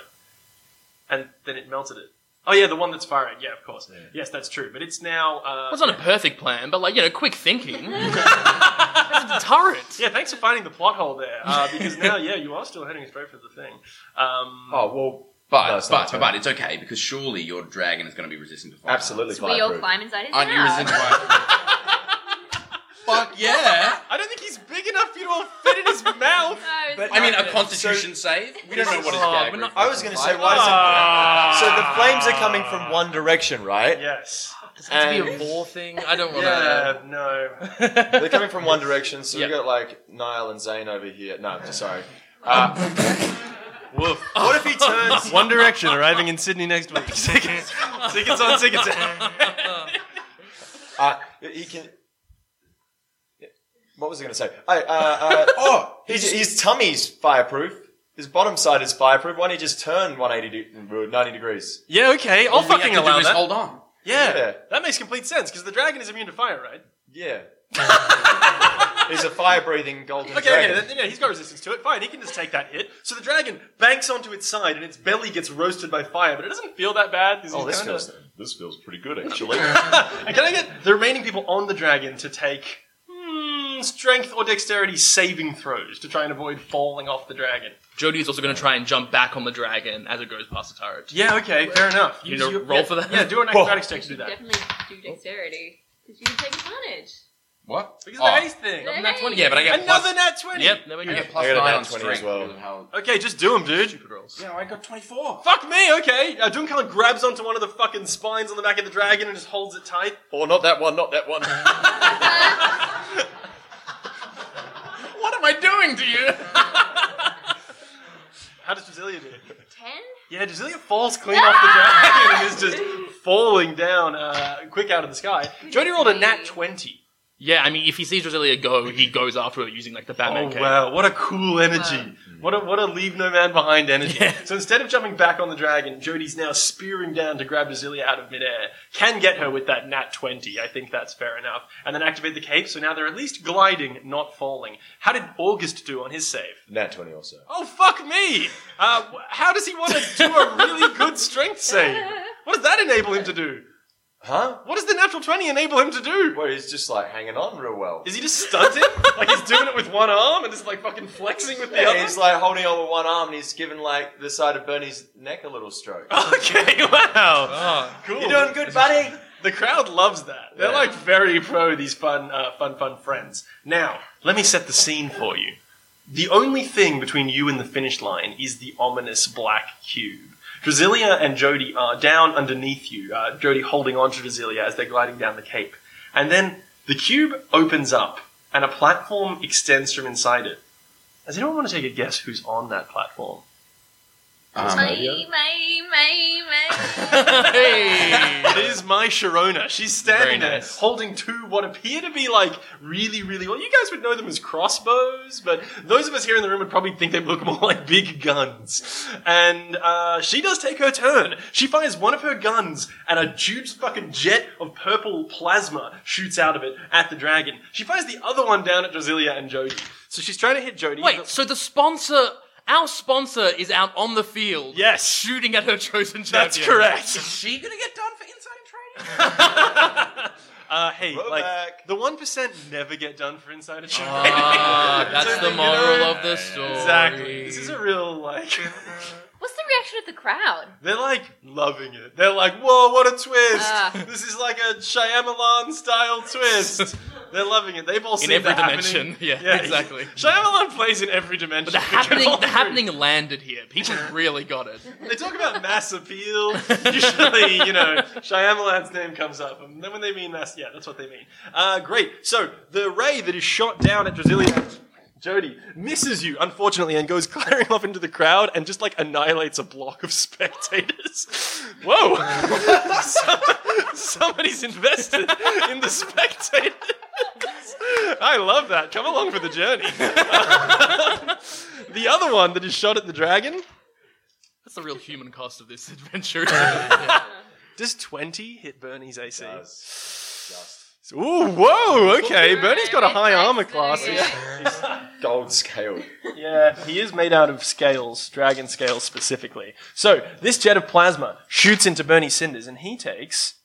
Speaker 1: and then it melted it. Oh yeah, the one that's firing. Yeah, of course. Yes, that's true. But it's now. Uh,
Speaker 2: Well, it's not a perfect plan, but like you know, quick thinking. That's a turret.
Speaker 1: yeah, thanks for finding the plot hole there, uh, because now yeah, you are still heading straight for the thing. Um,
Speaker 6: Oh well,
Speaker 4: But,
Speaker 6: No, it's not
Speaker 4: but,
Speaker 6: a turn.
Speaker 4: but, it's okay because surely your dragon is going to be resistant to fire.
Speaker 6: absolutely.
Speaker 3: So we all
Speaker 6: fireproof.
Speaker 3: climb inside his
Speaker 4: Aren't you
Speaker 3: house.
Speaker 4: resistant to fire? Fuck yeah!
Speaker 1: I don't think he's big enough for you to all fit in his mouth.
Speaker 3: No,
Speaker 5: But-
Speaker 4: I mean, a constitution save? We don't know what his
Speaker 2: Oh,
Speaker 4: gag
Speaker 2: we're
Speaker 4: reflex
Speaker 5: I was going to say, why
Speaker 1: Ah.
Speaker 5: does it? So the flames are coming from one direction, right?
Speaker 1: Yes.
Speaker 2: Does it have to be a war thing? I don't want to.
Speaker 1: Yeah. No.
Speaker 6: They're coming from one direction, so
Speaker 2: Yeah.
Speaker 6: we got like Niall and Zane over here. No, I'm just- sorry. Uh,
Speaker 1: Woof. What if he turns One Direction, arriving in Sydney next week? tickets, tickets on tickets.
Speaker 6: uh, he can. What was I going to say? I, uh, uh, oh, his, his tummy's fireproof. His bottom side is fireproof. Why don't he just turn 180 de- 90 degegrees?
Speaker 1: yeah. Okay. I'll
Speaker 4: All we
Speaker 1: fucking
Speaker 4: have to do
Speaker 1: allow
Speaker 4: is
Speaker 1: that.
Speaker 4: hold on.
Speaker 1: yeah.
Speaker 6: Yeah.
Speaker 1: That makes complete sense because the dragon is immune to fire, right?
Speaker 6: Yeah. He's a fire breathing golden
Speaker 1: Okay,
Speaker 6: dragon.
Speaker 1: okay, then, yeah, he's got resistance to it. Fine, he can just take that hit. So the dragon banks onto its side, and its belly gets roasted by fire, but it doesn't feel that bad. 'cause
Speaker 6: oh,
Speaker 1: he's
Speaker 6: this
Speaker 1: kinda-
Speaker 6: feels. This feels pretty good, actually.
Speaker 1: And can I get the remaining people on the dragon to take hmm, strength or dexterity saving throws to try and avoid falling off the dragon?
Speaker 2: Jody is also going to try and jump back on the dragon as it goes past the turret.
Speaker 1: Yeah, okay, fair enough.
Speaker 2: You need to roll
Speaker 1: yeah,
Speaker 2: for that?
Speaker 1: Yeah, do an acrobatics check to do that.
Speaker 3: definitely do dexterity because you can take advantage.
Speaker 4: What?
Speaker 1: Because
Speaker 4: Oh,
Speaker 1: of the haste thing.
Speaker 3: Hey!
Speaker 2: That's one-
Speaker 4: yeah, but I get plus,
Speaker 1: Another nat 20!
Speaker 2: Yep. There we
Speaker 4: I
Speaker 2: go.
Speaker 4: get plus
Speaker 6: I got a
Speaker 4: nine
Speaker 6: nat
Speaker 4: on
Speaker 6: 20 as
Speaker 4: strength.
Speaker 6: well.
Speaker 4: because of how-
Speaker 1: Okay, just do him, dude.
Speaker 2: Stupid rolls.
Speaker 4: Yeah, I got 24.
Speaker 1: Fuck me, okay. Uh, Duncan grabs onto one of the fucking spines on the back of the dragon and just holds it tight.
Speaker 6: or Oh, not that one, not that one.
Speaker 3: Uh,
Speaker 4: What am I doing to you?
Speaker 1: How does Brasilia do it?
Speaker 3: Ten.
Speaker 1: Yeah, Drasilia falls clean off the dragon and is just falling down uh, quick out of the sky. Jody rolled a nat 20.
Speaker 2: Yeah, I mean, if he sees Drasilia go, he goes after her using like the Batman
Speaker 1: Oh,
Speaker 2: cape.
Speaker 1: wow. What a cool energy. What a, what a leave no man behind energy. So instead of jumping back on the dragon, Jody's now spearing down to grab Drasilia out of midair. Can get her with that nat 20. I think that's fair enough. And then activate the cape, so now they're at least gliding, not falling. How did August do on his save?
Speaker 6: Nat 20 also.
Speaker 1: Oh, fuck me! Uh, wh- how does he want to do a really good strength save? What does that enable him to do?
Speaker 6: Huh?
Speaker 1: What does the natural 20 enable him to do?
Speaker 6: Well, he's just like hanging on real well.
Speaker 1: Is he just stunted? like he's doing it with one arm and just like fucking flexing with the
Speaker 6: Yeah,
Speaker 1: other?
Speaker 6: he's like holding on with one arm and he's giving like the side of Bernie's neck a little stroke.
Speaker 1: okay, wow. Cool.
Speaker 6: You're doing good, buddy.
Speaker 1: The crowd loves that. They're like very pro these fun, uh, fun, fun friends. Now, let me set the scene for you. The only thing between you and the finish line is the ominous black cube. Drasilia and Jody are down underneath you. Uh, Jody holding on to Drasilia as they're gliding down the cape, and then the cube opens up and a platform extends from inside it. Does anyone want to take a guess who's on that platform?
Speaker 3: Uh,
Speaker 4: Um,
Speaker 3: May, may, may, may.
Speaker 2: Hey!
Speaker 1: It is my Sharona. She's standing
Speaker 2: Very
Speaker 1: there
Speaker 2: nice.
Speaker 1: holding two what appear to be like really, really well. You guys would know them as crossbows, but those of us here in the room would probably think they look more like big guns. And uh, she does take her turn. She fires one of her guns, and a huge fucking jet of purple plasma shoots out of it at the dragon. She fires the other one down at Drasilia and Jody. So she's trying to hit Jody.
Speaker 2: Wait, so the sponsor, our sponsor is out on the field.
Speaker 1: Yes.
Speaker 2: Shooting at her chosen champion.
Speaker 1: That's correct.
Speaker 4: is she gonna get done for inside trading?
Speaker 1: Uh, hey, like
Speaker 5: back.
Speaker 1: the one percent never get done for insider trading.
Speaker 2: Ah,
Speaker 1: So,
Speaker 2: that's the
Speaker 1: you
Speaker 2: moral
Speaker 1: know,
Speaker 2: of the story.
Speaker 1: Exactly. This is a real like.
Speaker 3: What's the reaction of the crowd?
Speaker 1: They're like loving it. They're like, whoa, what a twist!
Speaker 3: Ah.
Speaker 1: This is like a Shyamalan style twist. They're loving it. They've all seen
Speaker 2: every
Speaker 1: that happening.
Speaker 2: dimension. Yeah, exactly.
Speaker 1: Shyamalan plays in every dimension.
Speaker 2: But the happening, the happening landed here. People really got it.
Speaker 1: They talk about mass appeal. Usually, you know, Shyamalan's name comes up, and then when they mean mass, yeah, that's what they mean. Uh, great. So the ray that is shot down at Drasilia. Jody misses you, unfortunately, and goes clattering off into the crowd and just like annihilates a block of spectators. Whoa! Some- somebody's invested in the spectators. I love that. Come along for the journey. the other one that is shot at the dragon
Speaker 2: That's the real human cost of this adventure. Yeah.
Speaker 1: Does 20 hit Bernie's AC?
Speaker 6: Does.
Speaker 1: Ooh, whoa, okay. Bernie's got a high armor class.
Speaker 6: Gold scale.
Speaker 1: Yeah, he is made out of scales, dragon scales specifically. So, this jet of plasma shoots into Bernie's cinders, and he takes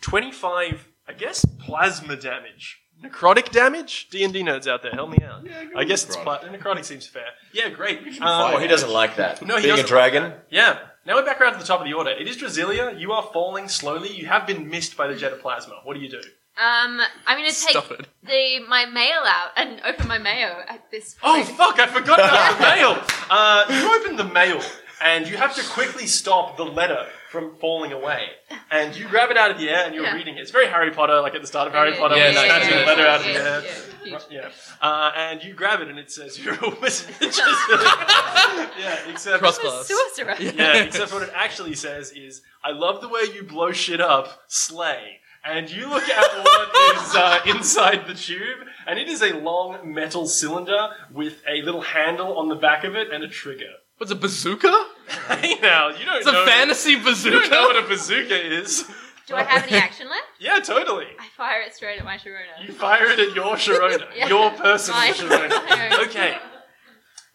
Speaker 1: 25, I guess, plasma damage. Necrotic damage? D&D nerds out there, help me out. I guess it's pla- necrotic seems fair. Yeah, great. Um,
Speaker 6: Oh, he doesn't like that.
Speaker 1: No, he
Speaker 6: Being a
Speaker 1: doesn't.
Speaker 6: dragon.
Speaker 1: Yeah. Now we're back around to the top of the order. It is Drasilia. You are falling slowly. You have been missed by the jet of plasma. What do you do?
Speaker 3: Um, I'm gonna take
Speaker 2: Stop it.
Speaker 3: the my mail out and open my mail at this.
Speaker 1: Oh fuck! I forgot about the mail. Uh, you open the mail, and you have to quickly stop the letter from falling away. And you grab it out of the air, and you're
Speaker 3: Yeah.
Speaker 1: reading it. It's very Harry Potter, like at the start of Harry Potter,
Speaker 2: yeah,
Speaker 1: when he's
Speaker 2: yeah,
Speaker 1: snatching
Speaker 2: yeah,
Speaker 1: the letter
Speaker 2: yeah,
Speaker 1: out of the air.
Speaker 3: yeah.
Speaker 1: Yeah, uh, and you grab it, and it says you're a wizard. yeah, except
Speaker 2: Cross
Speaker 3: I'm a
Speaker 2: class.
Speaker 3: sorcerer.
Speaker 1: yeah, except what it actually says is, "I love the way you blow shit up, slay." And you look at what is uh, inside the tube, and it is a long metal cylinder with a little handle on the back of it and a trigger.
Speaker 2: What's a bazooka?
Speaker 1: Hey, now you don't
Speaker 2: It's a
Speaker 1: know.
Speaker 2: fantasy
Speaker 1: You don't know
Speaker 2: bazooka.
Speaker 1: what a bazooka is.
Speaker 3: Do I have any action left?
Speaker 1: Yeah, totally.
Speaker 3: I fire it straight at my Sharona.
Speaker 1: You fire it at your Sharona,
Speaker 3: Yeah.
Speaker 1: your personal
Speaker 3: My-
Speaker 1: Sharona.
Speaker 3: Yeah.
Speaker 1: Okay,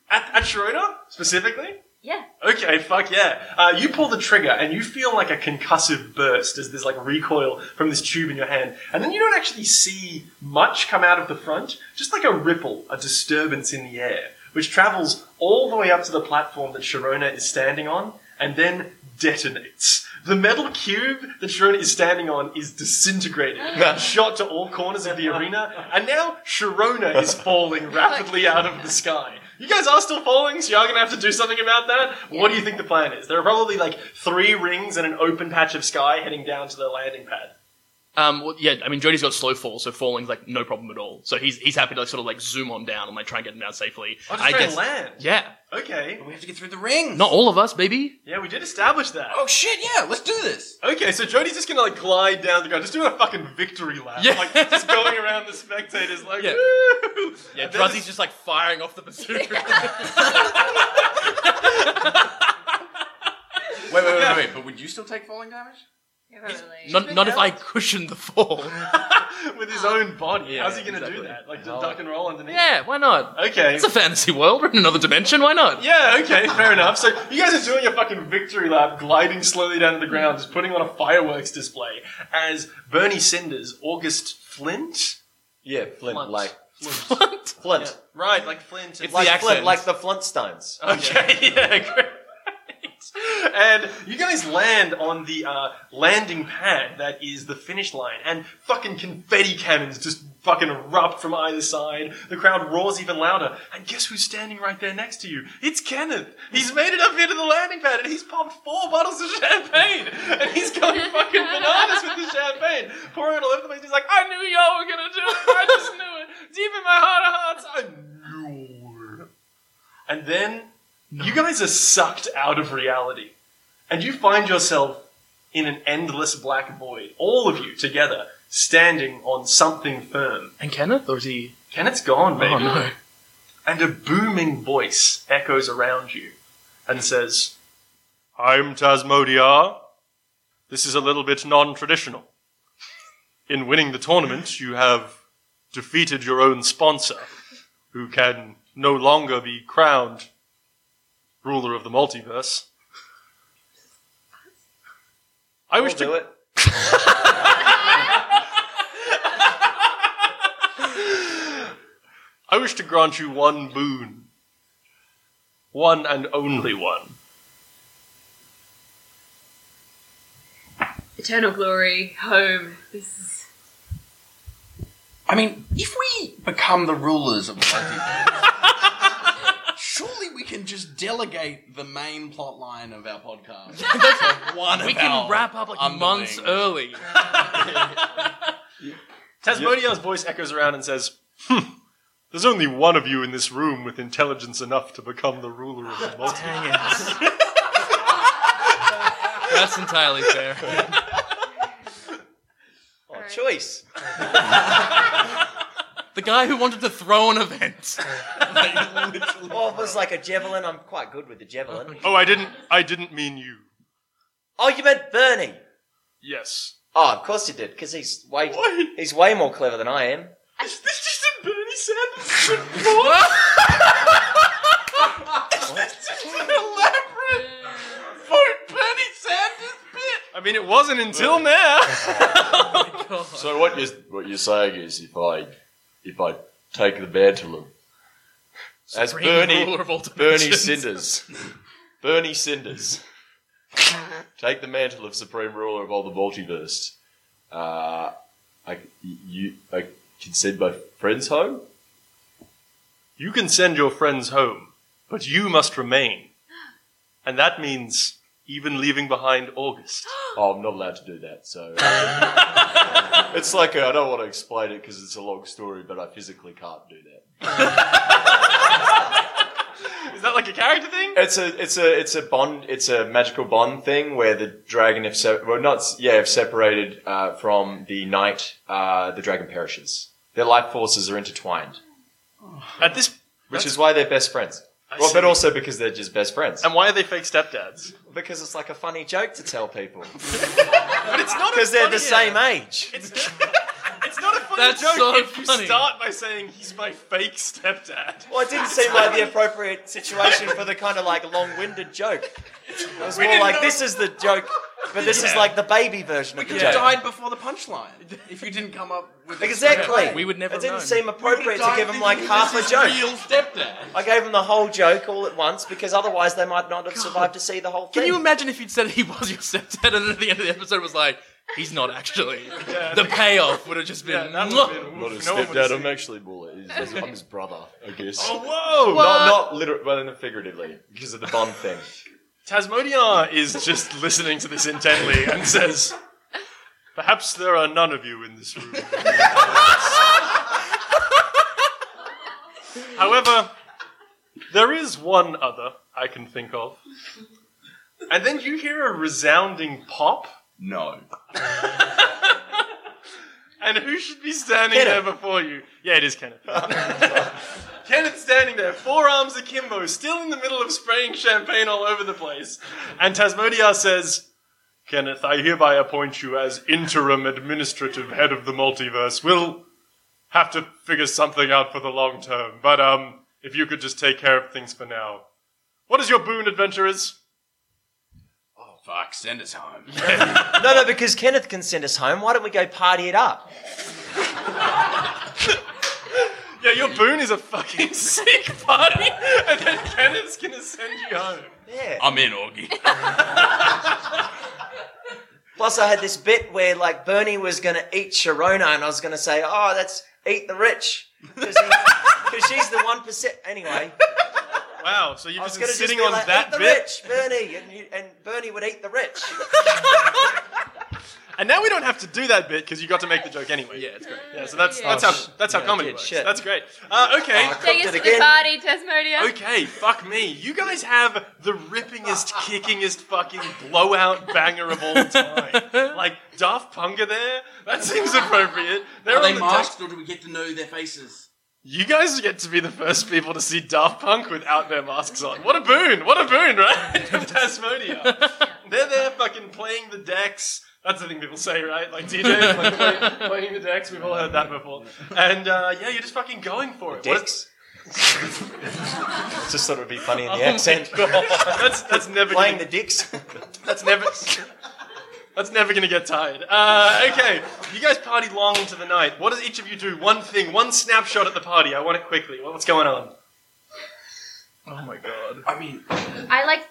Speaker 1: at, at Sharona specifically.
Speaker 3: Yeah.
Speaker 1: Okay, fuck yeah. Uh, you pull the trigger and you feel like a concussive burst as there's like recoil from this tube in your hand. And then you don't actually see much come out of the front, just like a ripple, a disturbance in the air, which travels all the way up to the platform that Sharona is standing on and then detonates. The metal cube that Sharona is standing on is disintegrated, shot to all corners of the arena, and now Sharona is falling rapidly out of the sky. You guys are still falling, so you are going to have to do something about that. What do you think the plan is? There are probably like three rings and an open patch of sky heading down to the landing pad.
Speaker 2: Um, well, yeah, I mean, Jody's got slow fall, so falling's like no problem at all. So he's he's happy to like, sort of like zoom on down and like try and get him out safely.
Speaker 1: I'll just
Speaker 2: I
Speaker 1: try
Speaker 2: guess.
Speaker 1: and land.
Speaker 2: Yeah,
Speaker 1: Okay.
Speaker 4: We have to get through the ring.
Speaker 2: not all of us, baby.
Speaker 1: Yeah, we did establish that.
Speaker 4: Oh shit! Yeah, let's do this.
Speaker 1: Okay, so Jody's just gonna like glide down the ground, just doing a fucking victory lap,
Speaker 2: Yeah.
Speaker 1: like just going around the spectators, like
Speaker 2: Yeah.
Speaker 1: woo.
Speaker 2: Yeah,
Speaker 1: And then
Speaker 2: Druzzy's just like firing off the bazooka.
Speaker 4: Wait, wait, wait, wait. But would you still take falling damage?
Speaker 3: Probably.
Speaker 2: not not if I cushion the fall.
Speaker 1: with his own body.
Speaker 4: Yeah,
Speaker 1: How's he gonna do
Speaker 4: exactly.
Speaker 1: that? Like just duck and roll underneath?
Speaker 2: yeah, why not?
Speaker 1: Okay.
Speaker 2: It's a fantasy world. We're in another dimension. Why not?
Speaker 1: yeah, okay, fair enough. So you guys are doing a fucking victory lap, gliding slowly down to the ground, just putting on a fireworks display as Bernie Cinders, August Flint?
Speaker 6: Yeah, Flint,
Speaker 1: Flint.
Speaker 6: like
Speaker 1: Flint.
Speaker 2: What?
Speaker 6: Flint,
Speaker 1: Right, like Flint. and-
Speaker 2: It's
Speaker 6: like
Speaker 2: the
Speaker 6: Flint,
Speaker 2: accent.
Speaker 6: like the Flintstones.
Speaker 1: Okay, yeah, great. and you guys land on the uh, landing pad that is the finish line, and fucking confetti cannons just fucking erupt from either side. The crowd roars even louder, and guess who's standing right there next to you? It's Kenneth. He's made it up here to the landing pad, and he's popped four bottles of champagne, and he's going fucking bananas with the champagne, pouring it all over the place. He's like, "I knew y'all were gonna do it. I just knew it. Deep in my heart of hearts, I knew." it." And then you guys are sucked out of reality. And you find yourself in an endless black void, all of you together, standing on something firm.
Speaker 2: And Kenneth, or is he?
Speaker 1: Kenneth's gone, baby.
Speaker 2: Oh no!
Speaker 1: And a booming voice echoes around you and says, I'm Tasmodia. This is a little bit non traditional. In winning the tournament, you have defeated your own sponsor, who can no longer be crowned ruler of the multiverse. I wish
Speaker 5: We'll
Speaker 1: to
Speaker 5: do it.
Speaker 1: I wish to grant you one boon. One and only one.
Speaker 3: Eternal glory, home. This is
Speaker 4: I mean, if we become the rulers of the multiverse, surely we can just delegate the main plot line of our podcast. That's one
Speaker 2: We
Speaker 4: of
Speaker 2: can
Speaker 4: our
Speaker 2: wrap up like months early.
Speaker 4: underlings.
Speaker 1: Tasmodia's voice echoes around and says, hmm, there's only one of you in this room with intelligence enough to become the ruler of the multiverse.
Speaker 2: That's entirely fair.
Speaker 5: Oh, choice.
Speaker 2: The guy who wanted to throw an event.
Speaker 5: Or if Oh, it was like a javelin. I'm quite good with the javelin.
Speaker 1: oh, I didn't I didn't mean you.
Speaker 5: Oh, you meant Bernie.
Speaker 1: Yes.
Speaker 5: Oh, of course you did, because he's way he's way more clever than I am.
Speaker 1: Is this just a Bernie Sanders I mean, it wasn't until now.
Speaker 6: So what you're what you're saying is, if I if I take the bad to him as Bernie
Speaker 2: ruler of all dimensions.
Speaker 6: Bernie Cinders, Bernie Cinders, take the mantle of supreme ruler of all the multiverse. Uh, I you I can send my friends home.
Speaker 1: You can send your friends home, but you must remain. And that means even leaving behind August.
Speaker 6: Oh, I'm not allowed to do that. So it's like I I don't want to explain it because it's a long story, but I physically can't do that.
Speaker 1: Is that like a character thing?
Speaker 6: It's a it's a it's a bond it's a magical bond thing where the dragon if se- well not s- yeah if separated uh, from the knight uh, the dragon perishes. Their life forces are intertwined,
Speaker 1: At this.
Speaker 6: which is why they're best friends. Well,
Speaker 1: see.
Speaker 6: but also because they're just best friends.
Speaker 1: And why are they fake stepdads?
Speaker 5: Because it's like a funny joke to tell people.
Speaker 1: But it's not
Speaker 5: Because they're the same age.
Speaker 1: It's, it's not a funny
Speaker 2: That's
Speaker 1: joke
Speaker 2: so
Speaker 1: if you
Speaker 2: funny.
Speaker 1: start by saying he's my fake stepdad.
Speaker 5: Well, it didn't seem like the appropriate situation for the kind of like long-winded joke. It was more
Speaker 1: didn't
Speaker 5: like
Speaker 1: know-
Speaker 5: this is the joke, but this is like the baby version of the
Speaker 4: You
Speaker 5: joke.
Speaker 4: died before the punchline. If you didn't come up with a-
Speaker 5: Exactly.
Speaker 2: We would never
Speaker 5: It didn't
Speaker 2: have known.
Speaker 5: seem appropriate to give him like
Speaker 4: This
Speaker 5: half
Speaker 4: is
Speaker 5: a joke.
Speaker 4: Real stepdad.
Speaker 5: I gave him the whole joke all at once because otherwise they might not have survived to see the whole thing.
Speaker 2: Can you imagine if you'd said he was your stepdad and then at the end of the episode was like, he's not actually. the payoff would have just been.
Speaker 1: that
Speaker 2: "Mwah."
Speaker 1: would've been-
Speaker 6: Not his
Speaker 1: no one would've
Speaker 6: stepdad.
Speaker 1: seen
Speaker 6: I'm actually more. His, I'm his brother, I guess.
Speaker 4: Oh,
Speaker 1: Whoa!
Speaker 6: Not not literally, well, no, figuratively because of the bond thing.
Speaker 1: Tasmodia is just listening to this intently and says, Perhaps there are none of you in this room. However, there is one other I can think of. And then you hear a resounding pop,
Speaker 4: No.
Speaker 1: and who should be standing
Speaker 5: Kenneth.
Speaker 1: there before you? Yeah, it is Kenneth. Kenneth's standing there, forearms akimbo, still in the middle of spraying champagne all over the place. And Tasmodia says, Kenneth, I hereby appoint you as interim administrative head of the multiverse. We'll have to figure something out for the long term, but um, if you could just take care of things for now. What is your boon, adventurers?
Speaker 4: Oh, fuck. Send us home.
Speaker 5: No, no, because Kenneth can send us home. Why don't we go party it up?
Speaker 1: Yeah, your boon is a fucking sick party, and then Kenneth's gonna send you home.
Speaker 5: Yeah.
Speaker 4: I'm in, Augie.
Speaker 5: Plus, I had this bit where like Bernie was going to eat Sharona, and I was going to say, "Oh, that's eat the rich," because she's the one percent. Anyway,
Speaker 1: Wow, so you've
Speaker 5: I was
Speaker 1: just been
Speaker 5: going to just
Speaker 1: sitting
Speaker 5: be
Speaker 1: on
Speaker 5: like,
Speaker 1: that
Speaker 5: "Eat the
Speaker 1: bit,
Speaker 5: rich, Bernie," and, you, and Bernie would eat the rich.
Speaker 1: and now we don't have to do that bit because you got to make the joke anyway. Yeah, it's great. Yeah, so that's that's
Speaker 5: sh-
Speaker 1: how that's how comedy
Speaker 5: did,
Speaker 1: works.
Speaker 5: shit.
Speaker 1: That's great. Uh, okay,
Speaker 3: Take us
Speaker 5: Cooked it
Speaker 3: to the
Speaker 5: again.
Speaker 3: party, Tasmania.
Speaker 1: Okay, fuck me. You guys have the rippingest, kickingest fucking blowout banger of all time. Like Daft Punga there? That seems appropriate. They're on
Speaker 4: Are they
Speaker 1: the
Speaker 4: masked or do we get to know their faces?
Speaker 1: You guys get to be the first people to see Daft Punk without their masks on. What a boon! What a boon, right? From Tasmania. They're there fucking playing the decks. That's the thing people say, right? Like DJ like, play, playing the decks. We've all heard that before. And uh, yeah, you're just fucking going for it. What a-
Speaker 5: Dicks.
Speaker 6: Just thought it would be funny in the accent.
Speaker 1: Oh that's that's never
Speaker 5: Playing
Speaker 1: going
Speaker 5: the dicks.
Speaker 1: That's never. That's never gonna get tired. Uh, okay, you guys party long into the night. What does each of you do? One thing, one snapshot at the party. I want it quickly. What- What's going on?
Speaker 2: Oh
Speaker 4: I mean,
Speaker 3: I like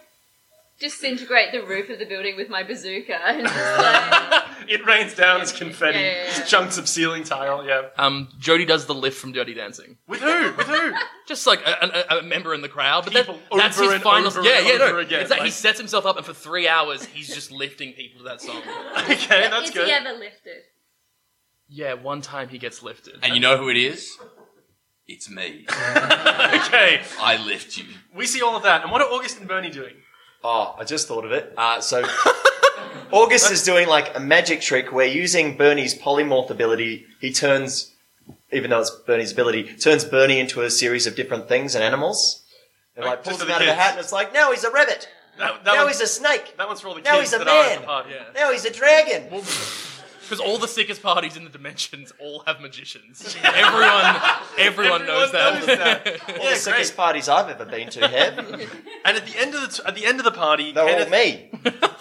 Speaker 3: disintegrate the roof of the building with my bazooka and just like
Speaker 1: It rains down as confetti,
Speaker 3: Yeah, yeah, yeah.
Speaker 1: Just chunks of ceiling tile. Yeah.
Speaker 2: Um, Jody does the lift from Dirty Dancing.
Speaker 1: With who? With who?
Speaker 2: Just like a, a, a member in the crowd, but that,
Speaker 1: People over
Speaker 2: that's his
Speaker 1: and
Speaker 2: final.
Speaker 1: over
Speaker 2: yeah,
Speaker 1: and
Speaker 2: yeah, no.
Speaker 1: over again,
Speaker 2: it's that he
Speaker 1: like-
Speaker 2: sets himself up, and for three hours, he's just lifting people to that song.
Speaker 1: Okay, that's
Speaker 3: is
Speaker 1: good.
Speaker 3: he ever lifted?
Speaker 2: Yeah, one time he gets lifted.
Speaker 4: and you know who it is? It's me.
Speaker 1: Okay,
Speaker 4: I lift you.
Speaker 1: we see all of that. And what are August and Bernie doing?
Speaker 6: Oh, I just thought of it. Uh, so
Speaker 5: August is doing like a magic trick where using Bernie's polymorph ability, he turns, even though it's Bernie's ability, turns Bernie into a series of different things and animals. And like
Speaker 1: Like,
Speaker 5: pulls
Speaker 1: just
Speaker 5: him
Speaker 1: for
Speaker 5: out
Speaker 1: the
Speaker 5: of a
Speaker 1: kids.
Speaker 5: hat and it's like, now he's a rabbit.
Speaker 1: That, that,
Speaker 5: Now
Speaker 1: one-
Speaker 5: he's a snake.
Speaker 1: that one's for all the kids
Speaker 5: now he's a
Speaker 1: that are at
Speaker 5: man.
Speaker 1: the party.
Speaker 2: yeah,
Speaker 5: Now he's a dragon.
Speaker 2: because all the sickest parties in the dimensions all have magicians. Everyone, everyone knows that.
Speaker 1: knows that.
Speaker 5: All the sickest parties I've ever been to have.
Speaker 1: And at the end of the t- at the end of the party,
Speaker 5: They're all
Speaker 1: Kenneth,
Speaker 5: me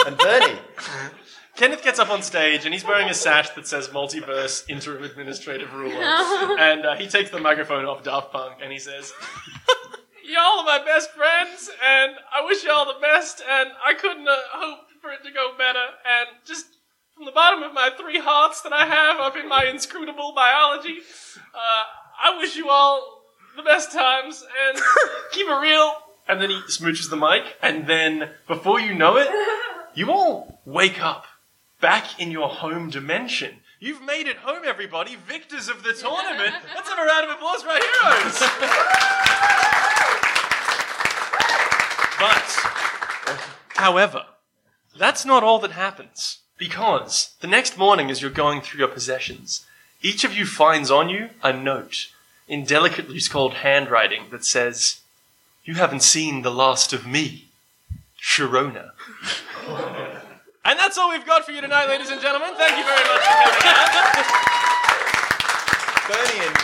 Speaker 5: and Bernie.
Speaker 1: Kenneth gets up on stage and he's wearing a sash that says multiverse interim administrative ruler. and uh, he takes the microphone off Daft Punk and he says, Y'all are my best friends and I wish y'all the best and I couldn't uh, hope for it to go better. And just from the bottom of my three hearts that I have up in my inscrutable biology, uh, I wish you all the best times and keep it real. And then he smooches the mic and then before you know it, you all wake up back in your home dimension. You've made it home, everybody. Victors of the tournament. Let's have a round of applause for our heroes. but, however, that's not all that happens. Because the next morning, as you're going through your possessions, each of you finds on you a note in delicately scrawled handwriting that says, You haven't seen the last of me, Sharona. And that's all we've got for you tonight, ladies and gentlemen. Thank you very much for coming out.
Speaker 6: Bernie and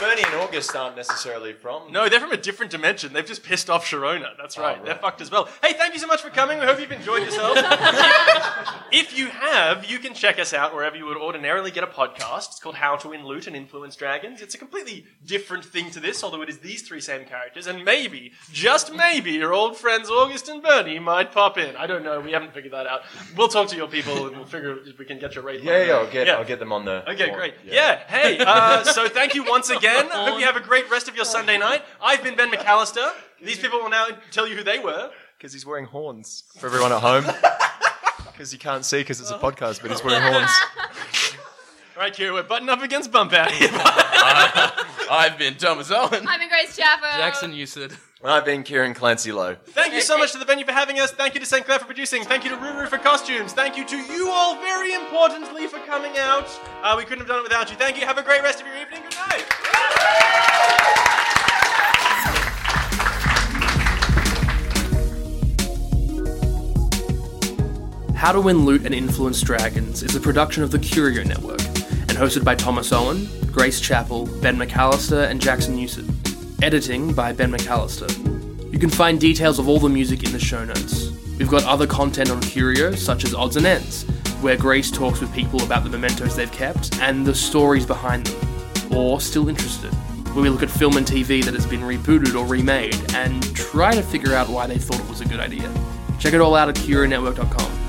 Speaker 6: Bernie and August aren't necessarily from.
Speaker 1: No, they're from a different dimension. They've just pissed off Sharona. That's Ah, right. They're fucked as well. Hey, thank you so much for coming. We hope you've enjoyed yourselves. if you have, you can check us out wherever you would ordinarily get a podcast. It's called How to Win Loot and Influence Dragons. It's a completely different thing to this, although it is these three same characters. And maybe, just maybe, your old friends August and Bernie might pop in. I don't know. We haven't figured that out. We'll talk to your people and we'll figure if we can get your rate.
Speaker 6: Yeah, yeah, I'll get,
Speaker 1: Yeah.
Speaker 6: I'll get them on the.
Speaker 1: Okay,
Speaker 6: on-
Speaker 1: great. Yeah, hey, uh, so thank you once again. I hope you have a great rest of your Sunday night. I've been Ben McAllister. These people will now tell you who they were.
Speaker 6: because he's wearing horns for everyone at home. Because you can't see because it's
Speaker 1: Oh.
Speaker 6: a podcast, but he's wearing horns.
Speaker 1: All right, Kira, we're button up against Bump Out here.
Speaker 4: I've been Thomas Owen.
Speaker 3: I'm in Grace Chapel.
Speaker 2: Jackson Usid.
Speaker 6: I've been Kieran Clancy Lowe.
Speaker 1: Thank you so much to the venue for having us. Thank you to St. Clair for producing. Thank you to Ruru for costumes. Thank you to you all, very importantly, for coming out. Uh, we couldn't have done it without you. Thank you. Have a great rest of your evening. Good night.
Speaker 9: How to Win Loot and Influence Dragons is a production of the Curio Network and hosted by Thomas Owen, Grace Chapel, Ben McAllister, and Jackson Newsom. Editing by Ben McAllister. You can find details of all the music in the show notes. We've got other content on Curio, such as Odds and Ends, where Grace talks with people about the mementos they've kept and the stories behind them, or still interested. where we look at film and TV that has been rebooted or remade and try to figure out why they thought it was a good idea. Check it all out at curanetwork.com.